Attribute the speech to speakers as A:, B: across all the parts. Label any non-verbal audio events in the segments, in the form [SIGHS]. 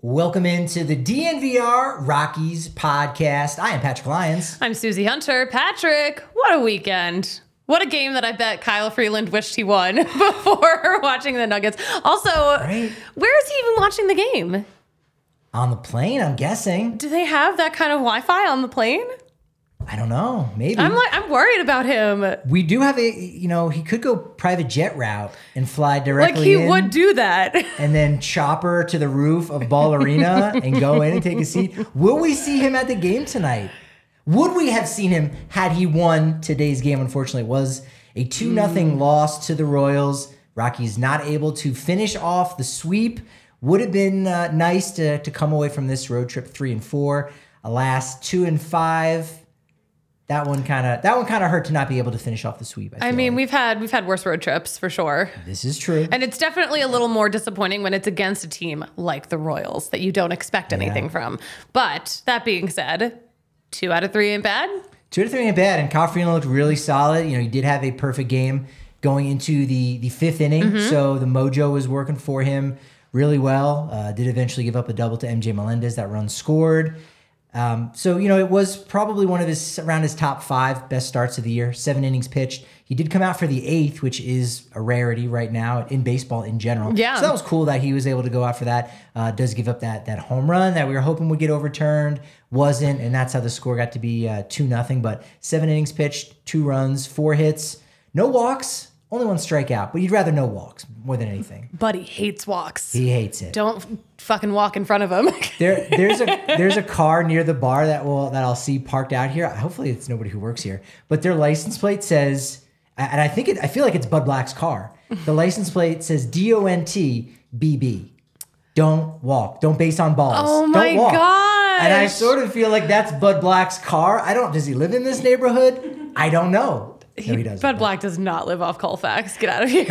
A: Welcome into the DNVR Rockies podcast. I am Patrick Lyons.
B: I'm Susie Hunter. Patrick, what a weekend. What a game that I bet Kyle Freeland wished he won [LAUGHS] before [LAUGHS] watching the Nuggets. Also,
A: Right.
B: where is he even watching the game?
A: On the plane, I'm guessing.
B: Do they have that kind of Wi-Fi on the plane?
A: I don't know. Maybe.
B: I'm like I'm worried about him.
A: we do have a, you know, he could go private jet route and fly
B: Like
A: directly
B: he
A: in
B: would do that. [LAUGHS]
A: and then chopper to the roof of Ball Arena and go in and take a seat. Will we see him at the game tonight? Would we have seen him had he won today's game? Unfortunately, it was a 2 nothing
B: Hmm.
A: loss to the Royals. Rockies not able to finish off the sweep. Would have been uh, nice to, to come away from this road trip three and four. Alas, two and five. That one kind of that one kind of hurt to not be able to finish off the sweep.
B: I
A: feel
B: mean,
A: like.
B: we've had we've had worse road trips for sure.
A: this is true.
B: And it's definitely a little more disappointing when it's against a team like the Royals that you don't expect anything from. But that being said, two out of three ain't bad.
A: two to three ain't bad. And Kofrina looked really solid. You know, he did have a perfect game going into the the fifth inning, so the mojo was working for him really well. Uh, did eventually give up a double to MJ Melendez. That run scored. Um, so you know, it was probably one of his around his top five best starts of the year. Seven innings pitched. He did come out for the eighth, which is a rarity right now in baseball in general.
B: Yeah.
A: So that was cool that he was able to go out for that. Uh, does give up that that home run that we were hoping would get overturned, wasn't, and that's how the score got to be uh, two nothing. But seven innings pitched, two runs, four hits, no walks, only one strikeout. But you'd rather no walks more than anything.
B: Buddy hates walks.
A: He hates it.
B: Don't f- fucking walk in front of [LAUGHS] him.
A: There, there's a there's a car near the bar that will that I'll see parked out here. Hopefully, it's nobody who works here. But their license plate says, and I think it, I feel like it's Bud Black's car. The license plate says D O N T B B. Don't walk. Don't base on balls.
B: Oh
A: Don't
B: my
A: walk. And I
B: gosh.
A: sort of feel like that's Bud Black's car. I don't. Does he live in this neighborhood? I don't know. No, he doesn't.
B: Bud Black does not live off Colfax. Get out of here.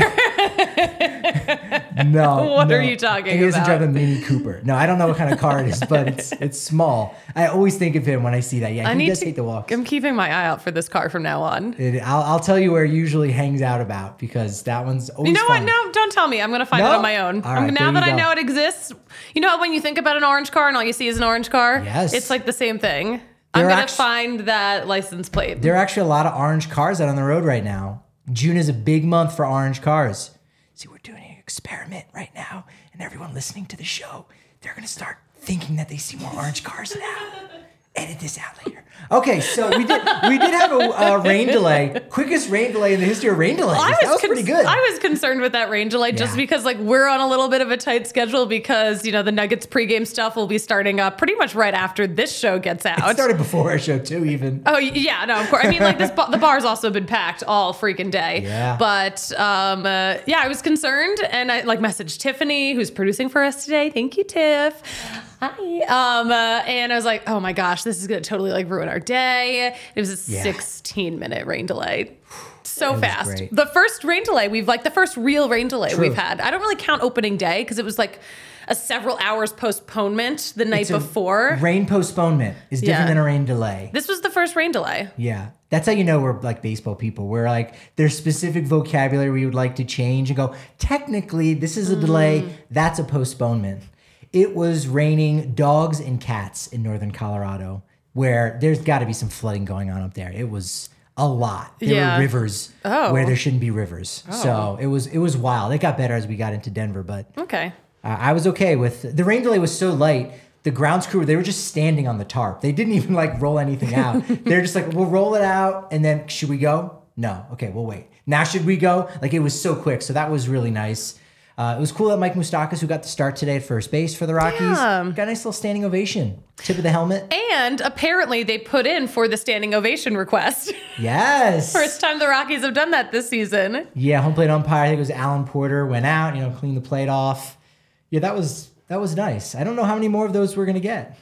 A: No.
B: [LAUGHS] What are
A: no.
B: you talking
A: He doesn't
B: about?
A: drive a Mini Cooper. No, I don't know what kind of car
B: [LAUGHS]
A: it is, but it's it's small. I always think of him when I see that. Yeah,
B: I
A: he
B: need
A: does
B: to.
A: hate the walk.
B: [LAUGHS] I'm keeping my eye out for this car from now on.
A: It- I'll, I'll tell you where he usually hangs out about because that one's always
B: You know
A: fun.
B: what? No, don't tell me. I'm gonna find
A: No?
B: out on my own.
A: All
B: Um,
A: right,
B: now
A: there
B: that I
A: you go.
B: know it exists, you know how when you think about an orange car and all you see is an orange car.
A: Yes.
B: it's like the same thing.
A: They're
B: I'm gonna
A: actu-
B: find that license plate.
A: There are actually a lot of orange cars out on the road right now. June is a big month for orange cars. See, we're doing an experiment right now, and everyone listening to the show, they're going to start thinking that they see more orange cars now. Edit this out later. Okay, so we did we did have a, uh rain delay, quickest rain delay in the history of rain delays.
B: I
A: that was
B: con-
A: pretty good.
B: I was concerned with that rain delay just
A: Yeah.
B: because like we're on a little bit of a tight schedule because you know the Nuggets pregame stuff will be starting up pretty much right after this show gets
A: it
B: out.
A: started before our show too, even.
B: Oh y- yeah, no, of course. I mean, like this, ba- the bar's also been packed all freaking day.
A: Yeah.
B: But um, uh, yeah, I was concerned, and I like messaged Tiffany, who's producing for us today. Thank you, Tiff. Hi. Um, uh, and I was like, oh my gosh, this is gonna totally like ruin our day. It was a
A: Yeah.
B: 16 minute rain delay. So
A: was
B: fast.
A: great.
B: The first rain delay we've like the first real rain delay
A: True.
B: we've had. I don't really count opening day because it was like a several hours postponement the night
A: It's a-
B: before.
A: rain postponement is different
B: Yeah.
A: than a rain delay.
B: this was the first rain delay.
A: Yeah. That's how you know we're like baseball people. We're like, there's specific vocabulary we would like to change and go, technically, this is a delay. That's a postponement. It was raining dogs and cats in northern Colorado, where there's got to be some flooding going on up there. It was a lot. There
B: Yeah.
A: were rivers where there shouldn't be rivers. So it was it was wild. It got better as we got into Denver, but
B: Okay.
A: uh, I was okay with the rain delay was so light. The grounds crew they were just standing on the tarp. They didn't even like roll anything out. They're just like, we'll roll it out, and then should we go? No. Okay, we'll wait. Now should we go? Like it was so quick. So that was really nice. Uh, it was cool that Mike Mustakas, who got the start today at first base for the Rockies, got a nice little standing ovation. Tip of the helmet.
B: And apparently they put in for the standing ovation request. [LAUGHS]
A: Yes.
B: First time the Rockies have done that this season.
A: Yeah, home plate umpire. I think it was Alan Porter went out. You know, cleaned the plate off. Yeah, that was that was nice. I don't know how many more of those we're gonna get.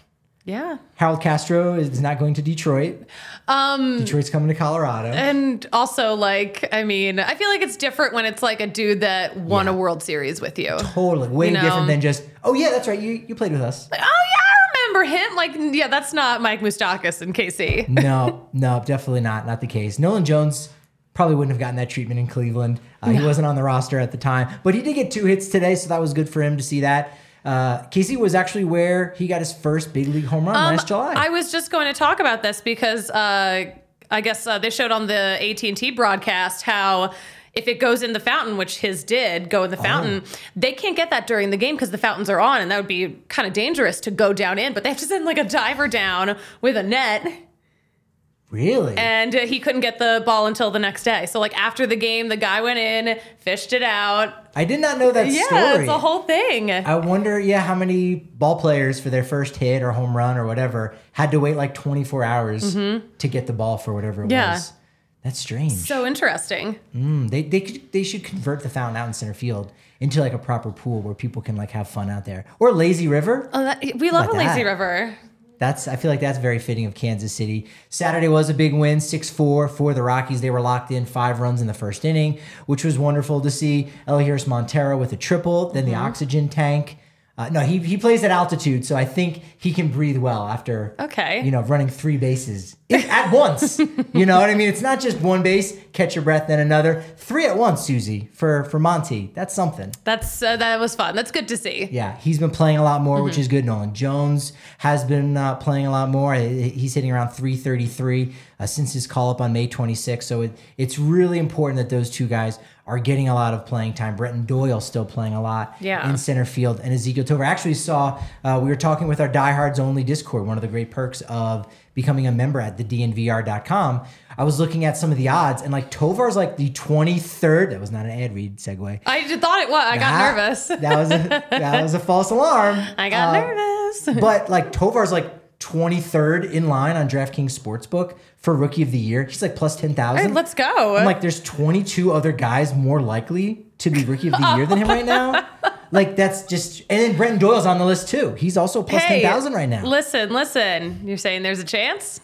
B: Yeah.
A: Harold Castro is not going to Detroit. Um, Detroit's coming to Colorado.
B: And also, like, I mean, I feel like it's different when it's like a dude that won a World Series with you. oh,
A: totally, way
B: you know.
A: different than just. Oh yeah, that's right. You you played with
B: [LAUGHS]
A: us.
B: Like, oh, yeah, I remember him. Like, yeah, that's not Mike Moustakis and Casey.
A: no, no, definitely not. Not the case. Nolan Jones probably wouldn't have gotten that treatment in Cleveland. Uh, He wasn't on the roster at the time, but he did get two hits today, so that was good for him to see that. Uh, Casey was actually where he got his first big league home run last July.
B: Um, I was just going to talk about this because uh, I guess uh, they showed on the AT and T broadcast how if it goes in the fountain, which his did go in the fountain, they can't get that during the game because the fountains are on, and that would be kind of dangerous to go down in. But they have to send like a diver down with a net,
A: really?
B: and uh, he couldn't get the ball until the next day. So like after the game, the guy went in, fished it out.
A: I did not know that
B: Yeah,
A: story.
B: it's a whole thing.
A: I wonder, yeah, how many ball players for their first hit or home run or whatever had to wait like 24 hours to get the ball for whatever it
B: Mm-hmm. Yeah.
A: was. That's strange.
B: so interesting.
A: Mm, they they could, they should convert the fountain out in center field into like a proper pool where people can like have fun out there or lazy river.
B: Oh, that, we love a
A: about
B: lazy
A: that?
B: river.
A: That's I feel like that's very fitting of Kansas City. Saturday was a big win, 6-4 for the Rockies. They were locked in five runs in the first inning, which was wonderful to see. Elias Montero with a triple, then the oxygen tank. Uh, no, he he plays at altitude, so I think he can breathe well after
B: Okay.
A: you know running three bases i- at once. you know what I mean? It's not just one base, catch your breath, then another. Three at once, Susie, for for Monty. That's something.
B: That's uh, that was fun. That's good to see.
A: Yeah, he's been playing a lot more, which is good. Nolan Jones has been uh, playing a lot more. He- He's hitting around 333 uh, since his call up on May 26th. So it, it's really important that those two guys are getting a lot of playing time. Bretton Doyle still playing a lot
B: Yeah.
A: in center field, and Ezekiel Tovar. I actually saw uh, we were talking with our Diehards Only Discord, one of the great perks of becoming a member at thednvr.com. I was looking at some of the odds, and like Tovar's like the 23rd. That was not an ad read segue.
B: I just thought it was. I got
A: Ah, [LAUGHS]
B: nervous.
A: That was a, that was a false alarm.
B: I got
A: Uh,
B: nervous. [LAUGHS]
A: But like Tovar's like 23rd in line on DraftKings Sportsbook for rookie of the year. He's like plus 10,000.
B: Hey, let's go.
A: I'm like there's 22 other guys more likely to be rookie of the year than him right
B: [LAUGHS]
A: now. Like that's just and then Brenton Doyle's on the list too. He's also plus 10,000 right now.
B: Listen, listen. You're saying there's a chance.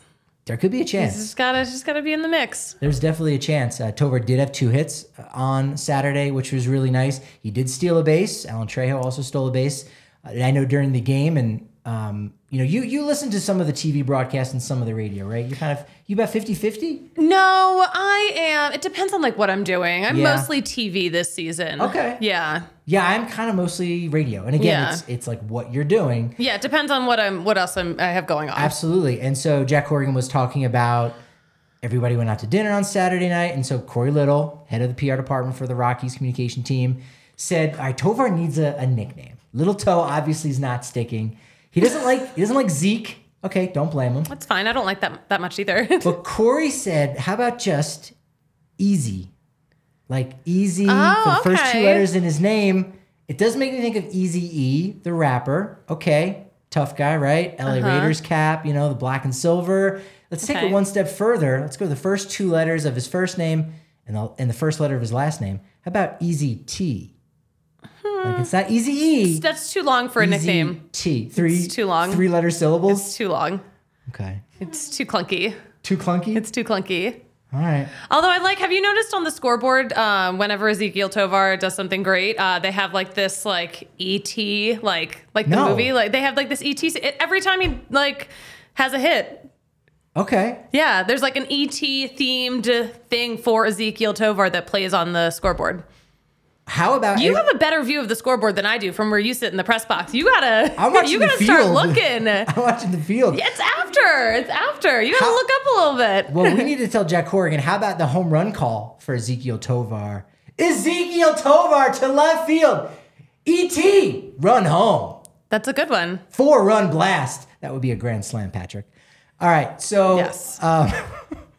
A: there could be a chance.
B: Just gotta, just gotta be in the mix.
A: There's definitely a chance. Uh, Tovar did have two hits uh, on Saturday, which was really nice. He did steal a base. Alan Trejo also stole a base. Uh, and I know during the game, and um, you know, you you listen to some of the TV broadcast and some of the radio, right? You kind of you about 50-50?
B: No, I am. It depends on like what I'm doing. I'm
A: Yeah.
B: mostly TV this season.
A: Okay.
B: Yeah.
A: Yeah, I'm kind of mostly radio, and again,
B: Yeah.
A: it's it's like what you're doing.
B: Yeah. It depends on what I'm, what else I'm, I have going on.
A: Absolutely. And so Jack Horgan was talking about everybody went out to dinner on Saturday night. And so Corey Little, head of the PR department for the Rockies communication team, said, All right, Tovar needs a, a nickname. Little Toe obviously is not sticking. He doesn't like he doesn't like Zeke. Okay, don't blame him.
B: That's fine. I don't like that that much either. [LAUGHS]
A: But Corey said, How about just easy? Like easy
B: Oh,
A: for the first two
B: okay.
A: letters in his name. It does make me think of Easy E, the rapper. Okay, tough guy, right? LA Raiders cap, you know, the black and silver. Let's take it
B: Uh-huh. Okay.
A: one step further. Let's go to the first two letters of his first name and the, and the first letter of his last name. How about Easy T?
B: Hmm.
A: Like it's not Easy E.
B: That's too long for a
A: Easy
B: nickname.
A: T. Three.
B: It's too long.
A: Three letter syllables.
B: It's too long.
A: okay.
B: It's too clunky.
A: Too clunky.
B: It's too clunky.
A: All right.
B: Although I like, have you noticed on the scoreboard, um, whenever Ezekiel Tovar does something great, uh, they have like this like ET, like like
A: No.
B: the movie, like they have like this ET it- every time he like has a hit.
A: Okay.
B: Yeah, there's like an ET themed thing for Ezekiel Tovar that plays on the scoreboard.
A: How about
B: You
A: [LAUGHS]
B: have a better view of the scoreboard than I do from where you sit in the press box. You gotta,
A: I'm watching
B: [LAUGHS] you gotta
A: the
B: start
A: field.
B: looking. it's
A: I'm watching the field.
B: after, it's after. You gotta
A: How-
B: look up a little bit.
A: Well, we need to tell Jack Horgan. How about the home run call for Ezekiel Tovar? Ezekiel Tovar to left field. ET run home.
B: That's a good one.
A: Four run blast. That would be a grand slam, Patrick. All right. So
B: Yes.
A: uh,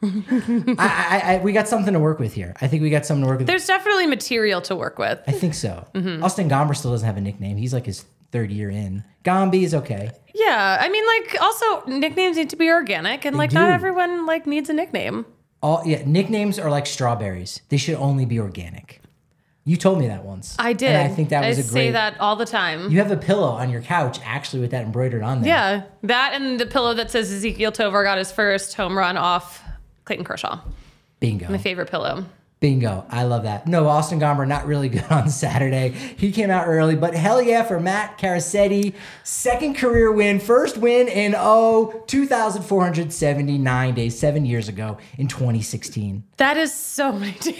A: I, I, I, we got something to work with here. I think we got something to work with.
B: There's definitely material to work with.
A: I think so.
B: Mm-hmm.
A: Austin Gomber still doesn't have a nickname. He's like his third year in. Gomby is okay.
B: Yeah, I mean, like, also nicknames need to be organic, and like, not
A: do.
B: everyone like needs a nickname.
A: All yeah, nicknames are like strawberries. They should only be organic. You told me that once.
B: I did.
A: And I think that was a
B: say
A: great.
B: that all the time.
A: You have a pillow on your couch actually with that embroidered on there.
B: yeah, that and the pillow that says Ezekiel Tovar got his first home run off Clayton Kershaw.
A: Bingo.
B: My favorite pillow.
A: Bingo. I love that. No, Austin Gomber, not really [LAUGHS] good on Saturday. He came out early, but hell yeah for Matt Caracetti. Second career win, first win in, oh, 2,479 days, seven years ago in 2016.
B: That is so [LAUGHS] many days.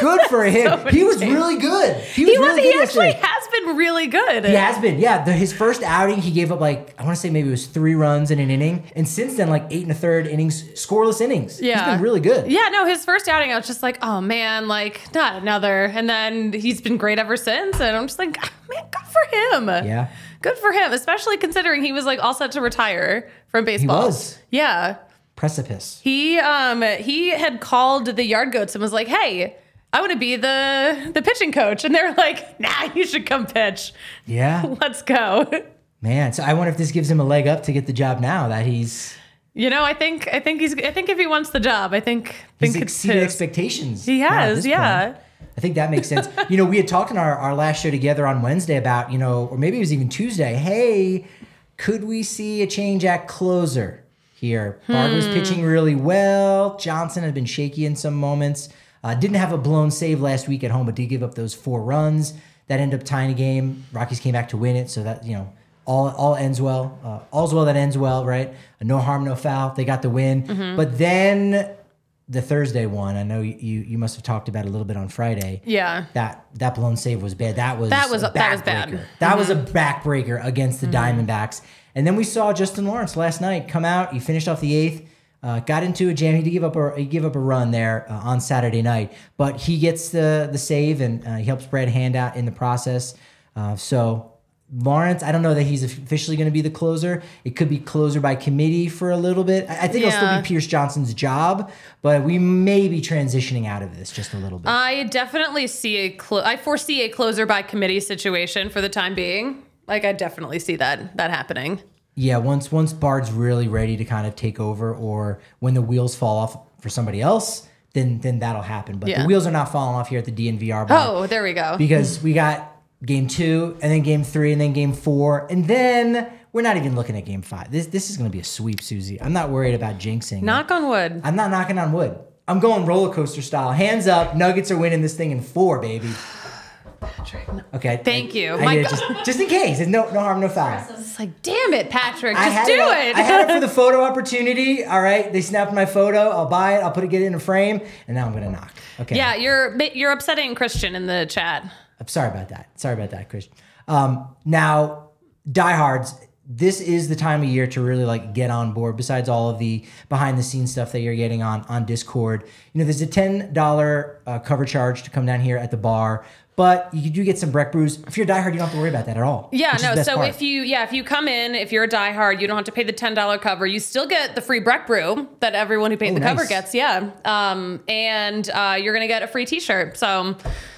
A: Good
B: [LAUGHS]
A: for him.
B: many
A: he was
B: days.
A: really good. He was
B: He, was,
A: really
B: he
A: good
B: actually
A: yesterday.
B: has been really good.
A: He has been, yeah. The, his first outing, he gave up like I want to say maybe it was three runs in an inning, and since then, like eight and a third innings, scoreless innings. he's
B: Yeah.
A: been really good.
B: Yeah, no, his first outing, I was just like, oh man, like, not another. And then he's been great ever since. And I'm just like, ah, man, good for him.
A: Yeah.
B: Good for him, especially considering he was like all set to retire from baseball.
A: was.
B: Yeah.
A: Precipice.
B: He um he had called the yard goats and was like, hey, I want to be the the pitching coach. And they're like, nah, you should come pitch.
A: Yeah,
B: Let's go.
A: man. So I wonder if this gives him a leg up to get the job now that he's
B: You know, I think I think he's I think if he wants the job, I think
A: He's
B: think it's
A: exceeded
B: his.
A: expectations.
B: He
A: now at
B: has,
A: this
B: yeah.
A: point. I think that makes sense. you know, we had talked in our, our last show together on Wednesday about, you know, or maybe it was even Tuesday, hey, could we see a change at closer here? Bard was pitching really well. Johnson had been shaky in some moments. Uh, didn't have a blown save last week at home, but did give up those four runs. That ended up tying a game. Rockies came back to win it. So that, you know, all all ends well. Uh, all's well that ends well, right? No harm, no foul. They got the win. But then the Thursday one, I know you you must have talked about it a little bit on Friday.
B: Yeah.
A: That that blown save was bad. That was
B: That was-
A: a
B: that was bad. Mm-hmm.
A: backbreaker. That was a backbreaker against the Diamondbacks. And then we saw Justin Lawrence last night come out. He finished off the eighth. Uh, got into a jam. He did give up a he gave up a run there uh, on Saturday night, but he gets the the save and uh, he helps Brad hand out in the process. Uh, so Lawrence, I don't know that he's officially going to be the closer. It could be closer by committee for a little bit. I, I think it'll still
B: Yeah.
A: be Pierce Johnson's job, but we may be transitioning out of this just a little bit.
B: I definitely see a clo- I foresee a closer by committee situation for the time being. Like I definitely see that that happening.
A: Yeah, once once Bard's really ready to kind of take over, or when the wheels fall off for somebody else, then then that'll happen. But
B: Yeah.
A: the wheels are not falling off here at the DNVR bar
B: Oh, there we go.
A: because we got game two, and then game three, and then game four, and then we're not even looking at game five. This this is going to be a sweep, Susie. I'm not worried about jinxing. it.
B: Knock on wood.
A: I'm not knocking on wood. I'm going roller coaster style. Hands up, Nuggets are winning this thing in four,
B: [SIGHS]
A: baby. Okay.
B: Thank you.
A: I
B: My
A: did it
B: God.
A: just, just in case. There's no no harm, no foul.
B: It's like, damn it, Patrick,
A: I
B: just
A: had
B: do
A: it,
B: it.
A: I had it
B: [LAUGHS]
A: for the photo opportunity. All right, they snapped my photo. I'll buy it. I'll put it, get it in a frame, and now I'm gonna knock. Okay.
B: yeah, you're you're upsetting Christian in the chat.
A: I'm sorry about that. Sorry about that, Christian. Um, now, diehards, this is the time of year to really like get on board. Besides all of the behind the scenes stuff that you're getting on on Discord, you know, there's a ten dollar uh, cover charge to come down here at the bar. But you do get some Breck brews. If you're a diehard, you don't have to worry about that at all.
B: Yeah,
A: which is the
B: no.
A: best
B: So
A: part.
B: if you yeah, if you come in, if you're a diehard, you don't have to pay the ten dollar cover. You still get the free Breck brew that everyone who paid the cover
A: nice.
B: gets. Yeah, um, and uh, you're gonna get a free T-shirt. So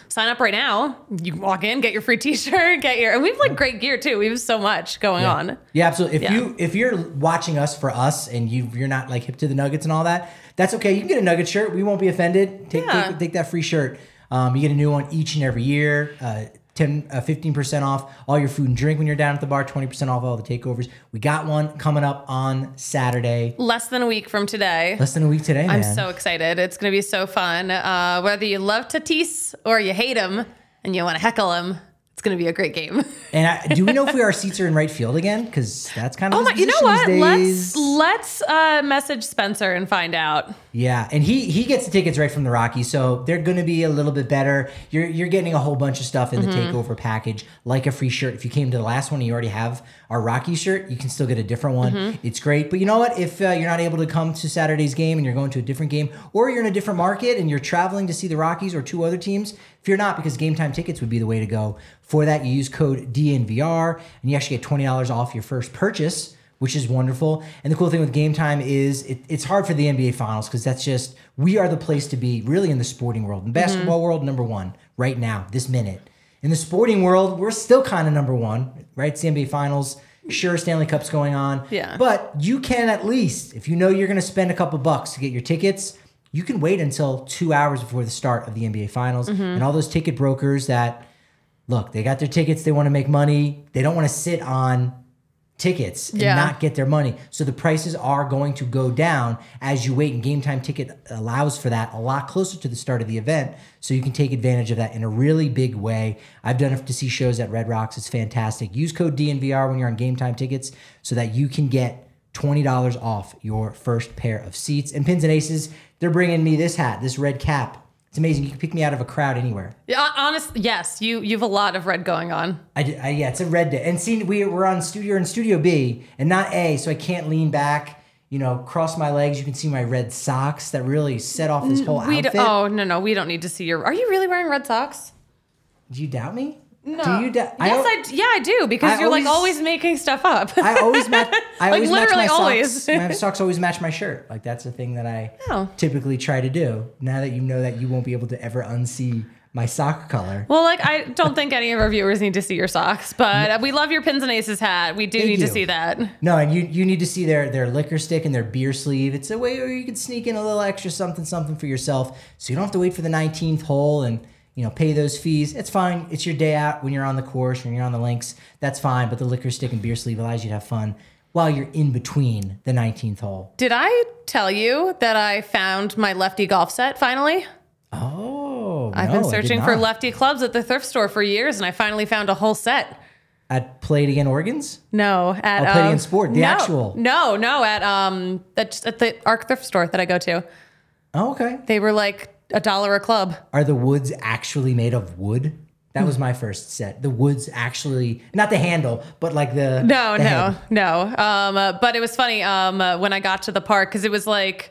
B: sign up right now. You can walk in, get your free [LAUGHS] T-shirt, get your and we have like great gear too. We have so much going on.
A: Yeah, absolutely. If
B: Yeah.
A: you if you're watching us for us and you you're not like hip to the Nuggets and all that, that's okay. You can get a Nugget shirt. We won't be offended. Take
B: Yeah.
A: take, take that free shirt. Um, you get a new one each and every year. Uh, 10 uh, 15% off all your food and drink when you're down at the bar 20% off all the takeovers we got one coming up on saturday
B: Less than a week from today.
A: less than a week today
B: I'm
A: man.
B: so excited. It's going to be so fun. Uh, whether you love Tatis or you hate him and you want to heckle him, it's going to be a great game.
A: and I, do we know if we, our seats are in right field again because that's kind of
B: [LAUGHS] Oh
A: his
B: my, you know
A: position
B: what?
A: these
B: Let's
A: days.
B: let's uh, message Spencer and find out.
A: Yeah, and he he gets the tickets right from the Rockies, so they're going to be a little bit better. You're you're getting a whole bunch of stuff in the takeover package, like a free shirt. If you came to the last one, and you already have our Rocky shirt. You can still get a different one. It's great. But you know what? If uh, you're not able to come to Saturday's game and you're going to a different game, or you're in a different market and you're traveling to see the Rockies or two other teams, fear not because game time tickets would be the way to go. For that, you use code DNVR, and you actually get twenty dollars off your first purchase which is wonderful. And the cool thing with game time is it, it's hard for the NBA finals because that's just, we are the place to be really in the sporting world. In the basketball world, number one, right now, this minute. In the sporting world, we're still kind of number one, right? It's the NBA finals. Sure, Stanley Cup's going on.
B: Yeah.
A: But you can at least, if you know you're going to spend a couple bucks to get your tickets, you can wait until two hours before the start of the NBA Finals, and all those ticket brokers that look, they got their tickets, they want to make money, they don't want to sit on tickets and
B: Yeah.
A: not get their money. So the prices are going to go down as you wait, and game time ticket allows for that a lot closer to the start of the event. So you can take advantage of that in a really big way. I've done it to see shows at Red Rocks, it's fantastic. Use code DNVR when you're on game time tickets so that you can get $20 off your first pair of seats. And Pins and Aces, they're bringing me this hat, this red cap. It's amazing. You can pick me out of a crowd anywhere.
B: Yeah, honestly, yes, you you have a lot of red going on.
A: I, did- I- yeah, it's a red day. And see, we we're on studio in studio B and not A, so I can't lean back. You know, cross my legs. You can see my red socks that really set off this whole
B: We d-
A: outfit.
B: oh no no we don't need to see your. Are you really wearing red socks?
A: Do you doubt me? No. Do you doubt?
B: Yes, I, d- yeah I do because
A: I
B: you're like
A: always-
B: always making stuff up.
A: [LAUGHS] I, I always match. I
B: Like,
A: always match my
B: literally
A: socks.
B: always.
A: my socks always match my shirt. Like that's a thing that I
B: Oh.
A: typically try to do. Now that you know that you won't be able to ever unsee my sock color.
B: [LAUGHS] well, like I don't think any of our viewers need to see your socks, but we love your pins and aces hat. We do need
A: you.
B: to see that.
A: No, and you you need to see their their liquor stick and their beer sleeve. It's a way where you can sneak in a little extra something something for yourself, so you don't have to wait for the nineteenth hole and you know pay those fees. It's fine. It's your day out when you're on the course when you're on the links. That's fine. But the liquor stick and beer sleeve allows you to have fun while you're in between the nineteenth hole.
B: Did I tell you that I found my lefty golf set finally?
A: Oh,
B: I've been searching for
A: left
B: lefty clubs at the thrift store for years, and I finally found a whole set.
A: at Played Again Organs.
B: No, at
A: Oh, Play It
B: um,
A: in Sport, the
B: no,
A: actual.
B: No, no, at um, at, at the Arc thrift store that I go to.
A: Oh, okay.
B: They were like a dollar a club.
A: Are the woods actually made of wood? That was my first set. The woods actually, not the handle, but like the
B: No,
A: the
B: no,
A: head.
B: no. Um, uh, but it was funny um, uh, when I got to the park because it was like.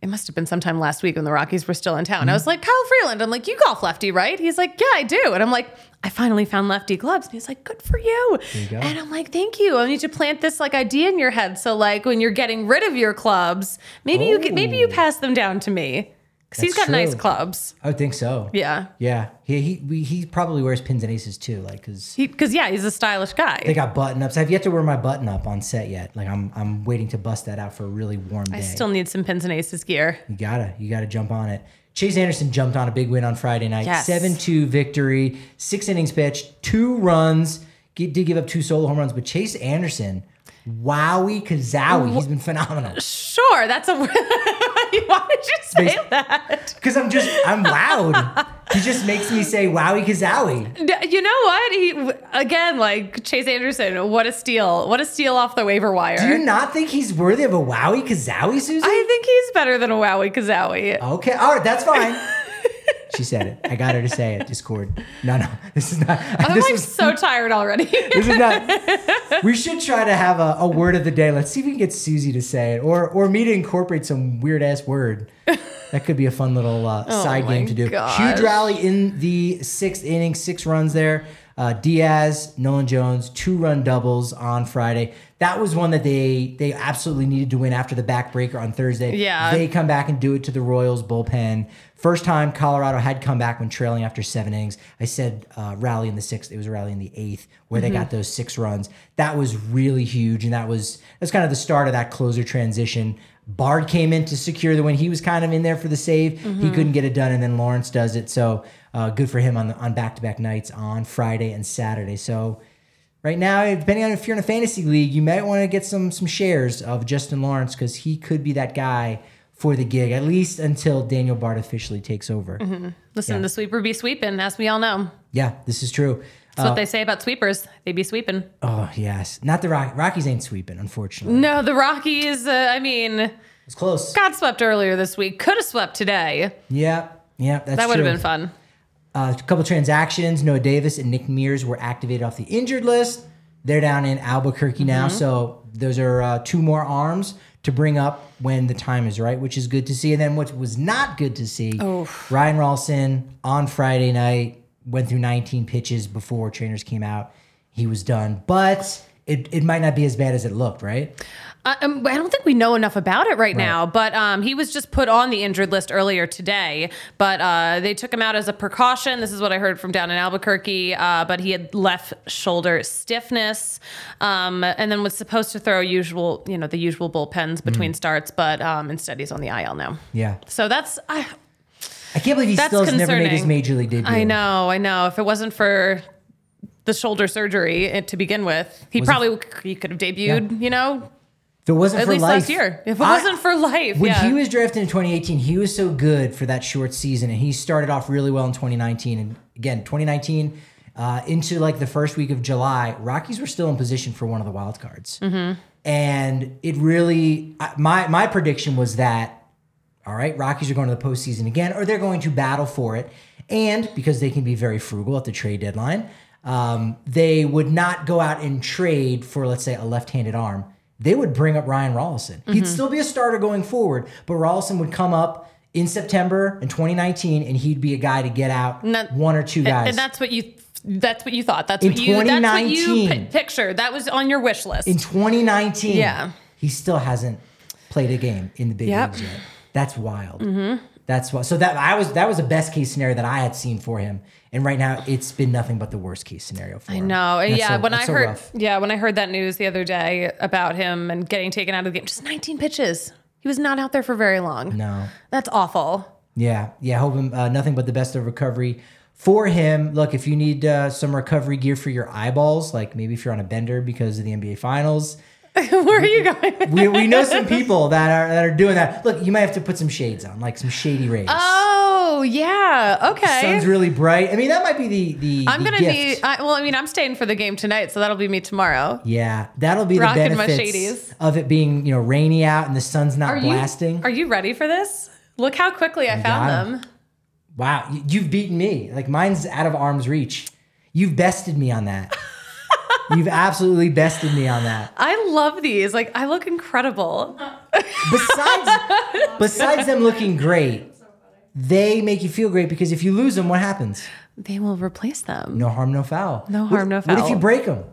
B: It must have been sometime last week when the Rockies were still in town.
A: Mm-hmm.
B: I was like, Kyle Freeland. I'm like, you golf lefty, right? He's like, yeah, I do. And I'm like, I finally found lefty clubs. And he's like, good for you. And I'm like, thank you. I need to plant this like idea in your head. So like when you're getting rid of your clubs, maybe you could, maybe you
A: Oh.
B: pass them down to me because he's got
A: That's
B: nice
A: true.
B: clubs.
A: I would think so.
B: Yeah.
A: Yeah. He he we, he probably wears pins and aces too, like because
B: Because yeah, he's a stylish guy.
A: they got button ups. I've yet to wear my button up on set yet. Like I'm I'm waiting to bust that out for a really warm day.
B: I still need some pins and aces gear.
A: you gotta you gotta jump on it. Chase Anderson jumped on a big win on Friday night,
B: Yes.
A: seven two victory, six innings pitched, two runs. G- did give up two solo home runs, but Chase Anderson, wowie kazowie, he's been phenomenal.
B: Sure, that's a. [LAUGHS] Why did you say
A: Basi-
B: that?
A: Because I'm just I'm loud. he just makes me say wowie kazowie.
B: D- You know what? He again, like Chase Anderson. What a steal! What a steal off the waiver wire.
A: Do you not think he's worthy of a wowie kazowie, Susan?
B: I think he's better than a Wowie Kazowie.
A: Okay, all right, that's
B: [LAUGHS]
A: fine. she said it. I got her to say it. Discord. No, no, [LAUGHS] this is not.
B: I'm
A: this
B: like
A: is
B: so tired already. [LAUGHS]
A: this is not. We should try to have a, a word of the day. Let's see if we can get Susie to say it, or or me to incorporate some weird ass
B: [LAUGHS]
A: word. That could be a fun little uh, side
B: Oh my
A: game to do.
B: gosh.
A: Huge rally in the sixth inning, six runs there. Uh, Diaz, Nolan Jones, two run doubles on Friday. That was one that they they absolutely needed to win after the backbreaker on Thursday.
B: Yeah.
A: They come back and do it to the Royals bullpen. First time Colorado had come back when trailing after seven innings. I said uh, rally in the sixth. It was a rally in the eighth where they got those six runs. That was really huge, and that was that's kind of the start of that closer transition. Bard came in to secure the win. He was kind of in there for the save. He couldn't get it done, and then Lawrence does it. So uh, good for him on the, on back to back nights on Friday and Saturday. So Right now, depending on if you're in a fantasy league, you might want to get some some shares of Justin Lawrence because he could be that guy for the gig, at least until Daniel Bart officially takes over.
B: Mm-hmm. Listen, the sweeper be sweeping, as we all know.
A: Yeah, this is true.
B: That's what they say about sweepers. They be sweeping.
A: Oh yes, not the Rock- Rockies ain't sweeping, unfortunately.
B: No, the Rockies. Uh, I mean,
A: It's close.
B: got swept earlier this week. Could have swept today.
A: Yeah, yeah, that's
B: That would have
A: true.
B: been fun.
A: Uh, a couple transactions. Noah Davis and Nick Mears were activated off the injured list. They're down in Albuquerque
B: Mm-hmm.
A: now, so those are uh, two more arms to bring up when the time is right, which is good to see. And then what was not good to see, Ryan Ralston on Friday night went through 19 pitches before trainers came out. He was done, but it, it might not be as bad as it looked, right?
B: I, um, I don't think we know enough about it right, now, but um, he was just put on the injured list earlier today. But uh, they took him out as a precaution. This is what I heard from down in Albuquerque. Uh, but he had left shoulder stiffness, um, and then was supposed to throw usual, you know, the usual bullpens
A: Mm-hmm.
B: between starts. But um, instead, he's on the IL now.
A: Yeah.
B: So that's I,
A: I can't believe he
B: That's
A: still has never made his
B: concerning.
A: major league debut.
B: I know, I know. If it wasn't for the shoulder surgery eh, to begin with, he probably he could have debuted. You know,
A: If it wasn't
B: at
A: for
B: least
A: life,
B: last year. If it
A: I-
B: wasn't for life,
A: When
B: yeah.
A: he was drafted in 2018, he was so good for that short season, and he started off really well in 2019. And again, 2019 uh, into like the first week of July, Rockies were still in position for one of the wild cards, and it really I- my my prediction was that all right, Rockies are going to the postseason again, or they're going to battle for it, and because they can be very frugal at the trade deadline, um, they would not go out and trade for let's say a left-handed arm. They would bring up Ryan Rollison. He'd
B: Mm-hmm.
A: still be a starter going forward, but Rollison would come up in September in 2019, and he'd be a guy to get out
B: that-
A: one or two guys.
B: and that's what you. That's what you thought. That's
A: In
B: what you. That's what you
A: 2019.
B: pi- pictured. That was on your wish list.
A: in 2019,
B: Yeah.
A: he still hasn't played a game in the big
B: Yep. Mm-hmm.
A: leagues yet. That's wild. That's why. So that I was that was the best case scenario that I had seen for him, and right now it's been nothing but the worst case scenario for him.
B: No,
A: That's
B: yeah.
A: so-
B: when I
A: that's so
B: heard,
A: rough.
B: yeah, when I heard that news the other day about him and getting taken out of the game, just 19 pitches. He was not out there for very long.
A: no,
B: That's awful.
A: yeah, yeah. Hope him uh, nothing but the best of recovery for him. Look, if you need uh, some recovery gear for your eyeballs, like maybe if you're on a bender because of the NBA Finals,
B: [LAUGHS] Where are you going? with-
A: we, we know
B: [LAUGHS]
A: some people that are that are doing that. Look, you might have to put some shades on, like some shady rays.
B: Oh yeah. Okay.
A: Sun's really bright. I mean, that might be the the.
B: I'm
A: the
B: gonna
A: gift.
B: need. I, well, I mean, I'm staying for the game tonight, so that'll be me tomorrow.
A: Yeah, that'll be the
B: Rocking my
A: benefits
B: shadies.
A: of it being you know rainy out and the sun's not
B: Are
A: blasting.
B: you? Are you ready for this? Look how quickly I found
A: got 'em.
B: them.
A: wow, y- you've beaten me. Like mine's out of arm's reach. You've bested me on
B: [LAUGHS]
A: that. you've absolutely bested me on that.
B: I love these. Like I look incredible. [LAUGHS]
A: Besides, besides them looking great, they make you feel great because if you lose them, what happens?
B: They will replace them.
A: No harm, no foul.
B: No
A: What-
B: harm, no
A: What if you
B: foul.
A: break them?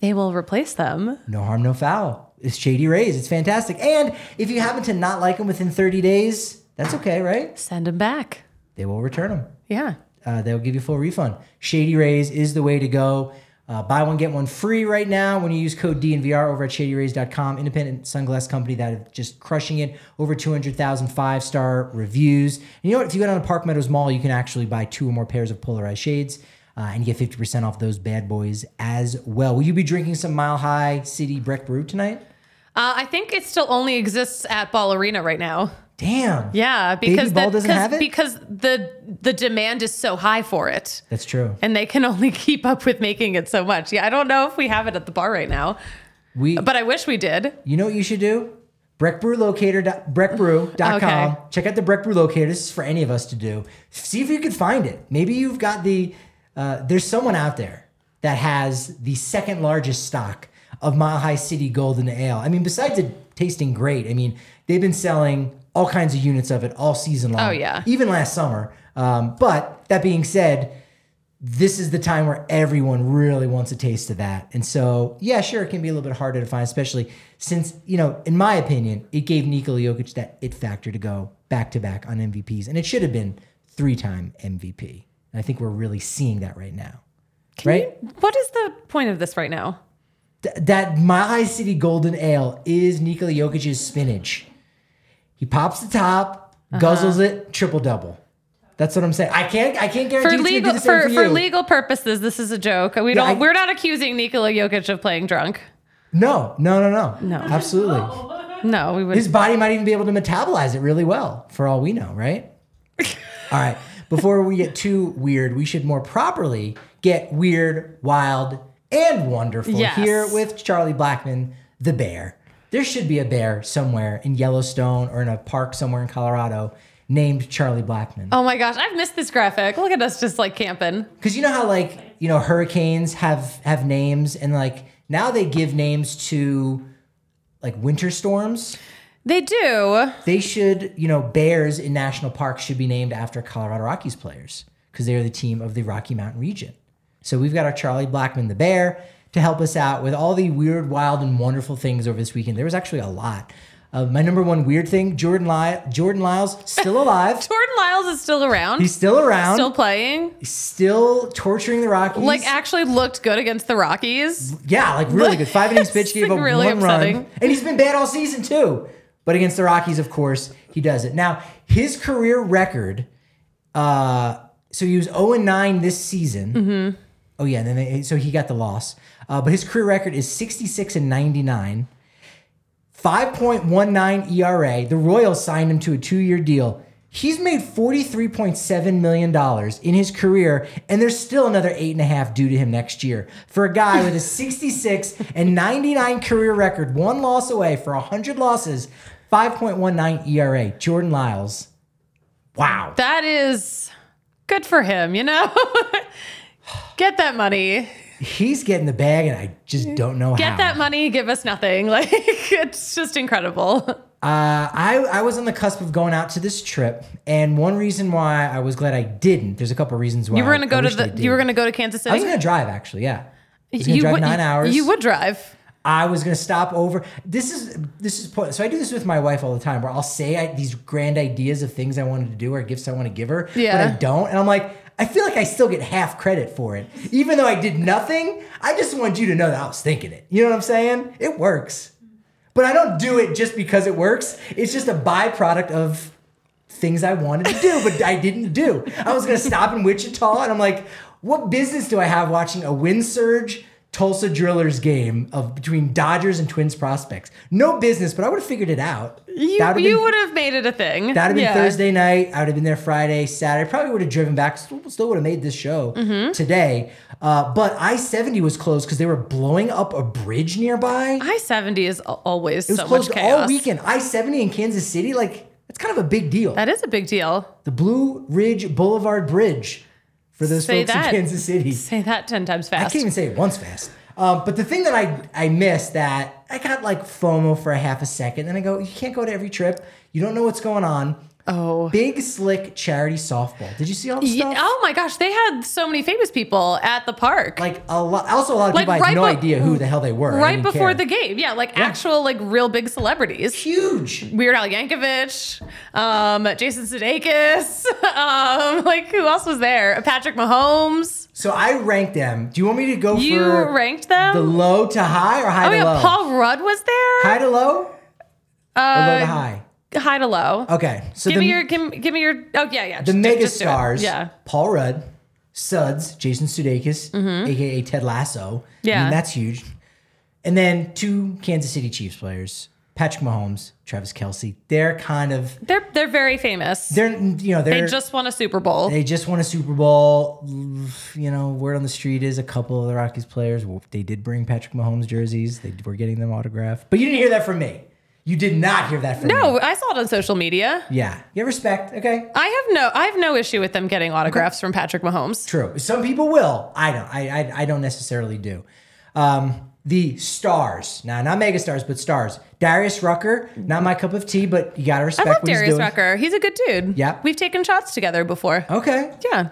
B: They will replace them.
A: No harm, no foul. It's Shady Rays. It's fantastic. And if you happen to not like them within 30 days, that's okay, right?
B: Send them back.
A: They will return them.
B: Yeah.
A: uh, they'll give you a full refund. Shady Rays is the way to go. Uh, buy one, get one free right now when you use code DNVR over at shadyrays.com. Independent sunglass company that is just crushing it. Over 200,000 five star reviews. And you know what? If you go down to Park Meadows Mall, you can actually buy two or more pairs of polarized shades uh, and you get 50% off those bad boys as well. Will you be drinking some Mile High City Breck Brew tonight?
B: Uh, I think it still only exists at Ball Arena right now.
A: Damn.
B: Yeah, because
A: Ball
B: the,
A: doesn't
B: 'cause-
A: have it?
B: because the the demand is so high for it,
A: That's true.
B: and they can [LAUGHS] only keep up with making it so much. Yeah, I don't know if we have it at the bar right now,
A: We,
B: but I wish we did.
A: You know what you should do? Breckbrewlocator, breckbrew.com.
B: Okay.
A: Check out the Breckbrew Locator. This is for any of us to do. See if you can find it. Maybe you've got the, uh, there's someone out there that has the second largest stock of Mile High City Golden Ale. I mean, besides it tasting great, I mean, they've been selling all kinds of units of it all season long.
B: Oh, yeah.
A: Even last summer. Um, but that being said, this is the time where everyone really wants a taste of that. And so, yeah, sure, it can be a little bit harder to find, especially since, you know, in my opinion, it gave Nikola Jokic that it factor to go back to back on MVPs. And it should have been three time MVP. And I think we're really seeing that right now. right?
B: What is the point of this right now?
A: Th- that My High City Golden Ale is Nikola Jokic's spinach. He pops the top,
B: Uh-huh.
A: guzzles it, triple double. That's what I'm saying. I can't. I can't guarantee
B: For
A: it's gonna do
B: legal
A: the same
B: for,
A: for,
B: for
A: you.
B: legal purposes, this is a joke. We don't
A: I-
B: we're not accusing Nikola Jokic of playing drunk.
A: No, no, no, no, no. Absolutely.
B: No, we would.
A: His body might even be able to metabolize it really well, for all we know,
B: [LAUGHS]
A: right? all right. Before we get too weird, we should more properly get weird, wild, and wonderful
B: Yes.
A: here with Charlie Blackman, the bear. There should be a bear somewhere in Yellowstone or in a park somewhere in Colorado named Charlie Blackman.
B: oh my gosh, I've missed this graphic. Look at us just like camping.
A: Because you know how like you know hurricanes have have names, and like now they give names to like winter storms.
B: They do.
A: they should, you know, bears in national parks should be named after Colorado Rockies players because they are the team of the Rocky Mountain region. So we've got our Charlie Blackman the bear. to help us out with all the weird, wild, and wonderful things over this weekend. There was actually a lot. Uh, my number one weird thing: Jordan Ly- Jordan Lyles still
B: [LAUGHS]
A: alive.
B: Jordan Lyles is still around.
A: He's still around. Still,
B: still playing.
A: torturing the Rockies.
B: like actually looked good against the Rockies.
A: yeah, like really good. Five
B: [LAUGHS]
A: innings pitch, gave
B: like
A: up
B: really
A: one
B: upsetting.
A: run, and he's been bad all season too. But against the Rockies, of course, he does it. Now his career record. Uh, so he was zero and nine this season.
B: Mm-hmm.
A: Oh yeah, and then they, so he got the loss. Uh, but his career record is sixty six and ninety nine. 5.19 ERA. E The Royals signed him to a two year deal. He's made $43.7 million in his career, and there's still another eight and a half due to him next year. For a guy
B: [LAUGHS]
A: with a 66 and 99 career record, one loss away for 100 losses, 5.19 ERA. E Jordan Lyles. Wow.
B: That is good for him, you know? [LAUGHS] Get that money.
A: He's getting the bag, and I just don't know
B: Get
A: how.
B: that money, give us nothing. [LAUGHS] Like it's just incredible.
A: Uh, I, I was on the cusp of going out to this trip, and one reason why I was glad I didn't, there's a couple reasons why.
B: You were gonna
A: I
B: go to
A: wish I
B: the you were
A: did.
B: gonna go to Kansas City?
A: I was gonna drive actually. Yeah, I was gonna drive
B: would-
A: nine hours.
B: You would drive.
A: I was gonna stop over. This is this is point. So I do this with my wife all the time, where I'll say I, these grand ideas of things I wanted to do or gifts I want to give her,
B: Yeah.
A: but I don't, and I'm like. I feel like I still get half credit for it. Even though I did nothing, I just want you to know that I was thinking it. You know what I'm saying? It works. But I don't do it just because it works. It's just a byproduct of things I wanted to do, but I didn't do. I was gonna stop in Wichita, and I'm like, what business do I have watching a wind surge Tulsa Drillers game of between Dodgers and Twins prospects? No business, but I would have figured it out.
B: You
A: That would've
B: you
A: been-
B: would have made it a thing.
A: That'd have been
B: Yeah.
A: Thursday night. I would have been there Friday, Saturday. Probably would have driven back. Still, still would have made this show
B: Mm-hmm.
A: today. Uh, but I seventy was closed because they were blowing up a bridge nearby.
B: I seventy is al- always
A: It was
B: so much
A: closed
B: chaos.
A: all weekend. I seventy in Kansas City, like it's kind of a big deal.
B: That is a big deal.
A: the Blue Ridge Boulevard Bridge for those
B: Say
A: folks
B: that.
A: in Kansas City.
B: Say that ten times
A: I
B: fast.
A: can't even say it once fast. Um, but the thing that I I missed that I got like FOMO for a half a second, and I go, you can't go to every trip. You don't know what's going on.
B: Oh.
A: Big Slick Charity Softball. Did you see all the
B: Yeah,
A: stuff?
B: oh my gosh, they had so many famous people at the park.
A: Like a lot. Also, a lot of
B: Like,
A: people had
B: right
A: no
B: be-
A: idea who the hell they were. I
B: right
A: didn't
B: before
A: care.
B: the game. Yeah, like actual like real big celebrities.
A: huge.
B: Weird Al Yankovic, um, Jason Sudeikis, [LAUGHS] um, like who else was there? Patrick Mahomes.
A: So I ranked them. Do you want me to go
B: You
A: for
B: ranked them?
A: the low to high or high
B: oh
A: to
B: yeah,
A: low?
B: Paul Rudd was there.
A: high to low or low to high?
B: High to low.
A: Okay. So
B: Uh, give
A: Uh, the,
B: me your give, give me your oh yeah yeah
A: the
B: just do-
A: mega
B: just do it.
A: stars,
B: Yeah.
A: Paul Rudd, Suds, Jason Sudeikis, aka Ted Lasso. I
B: Mm-hmm. Yeah.
A: mean, that's huge. And then two Kansas City Chiefs players, Patrick Mahomes, Travis Kelsey. They're kind of
B: They're they're very famous.
A: they're you know they're
B: they just won a Super Bowl.
A: they just won a Super Bowl. You know, word on the street is a couple of the Rockies players. well, They did bring Patrick Mahomes jerseys. They were getting them autographed, but you didn't hear that from me. You did not hear that from me.
B: no, I saw it on social media.
A: Yeah, you have respect. Okay,
B: I have no I have no issue with them getting autographs from Patrick Mahomes.
A: True. Some people will. I don't. I I, I don't necessarily do. Um, the stars. Now, not mega stars, but stars. Darius Rucker. Not my cup of tea, but you gotta
B: I
A: respect
B: love
A: what he's
B: Darius
A: doing.
B: Rucker. He's a good dude.
A: Yeah. Oh.
B: We've taken shots together before.
A: Okay.
B: Yeah.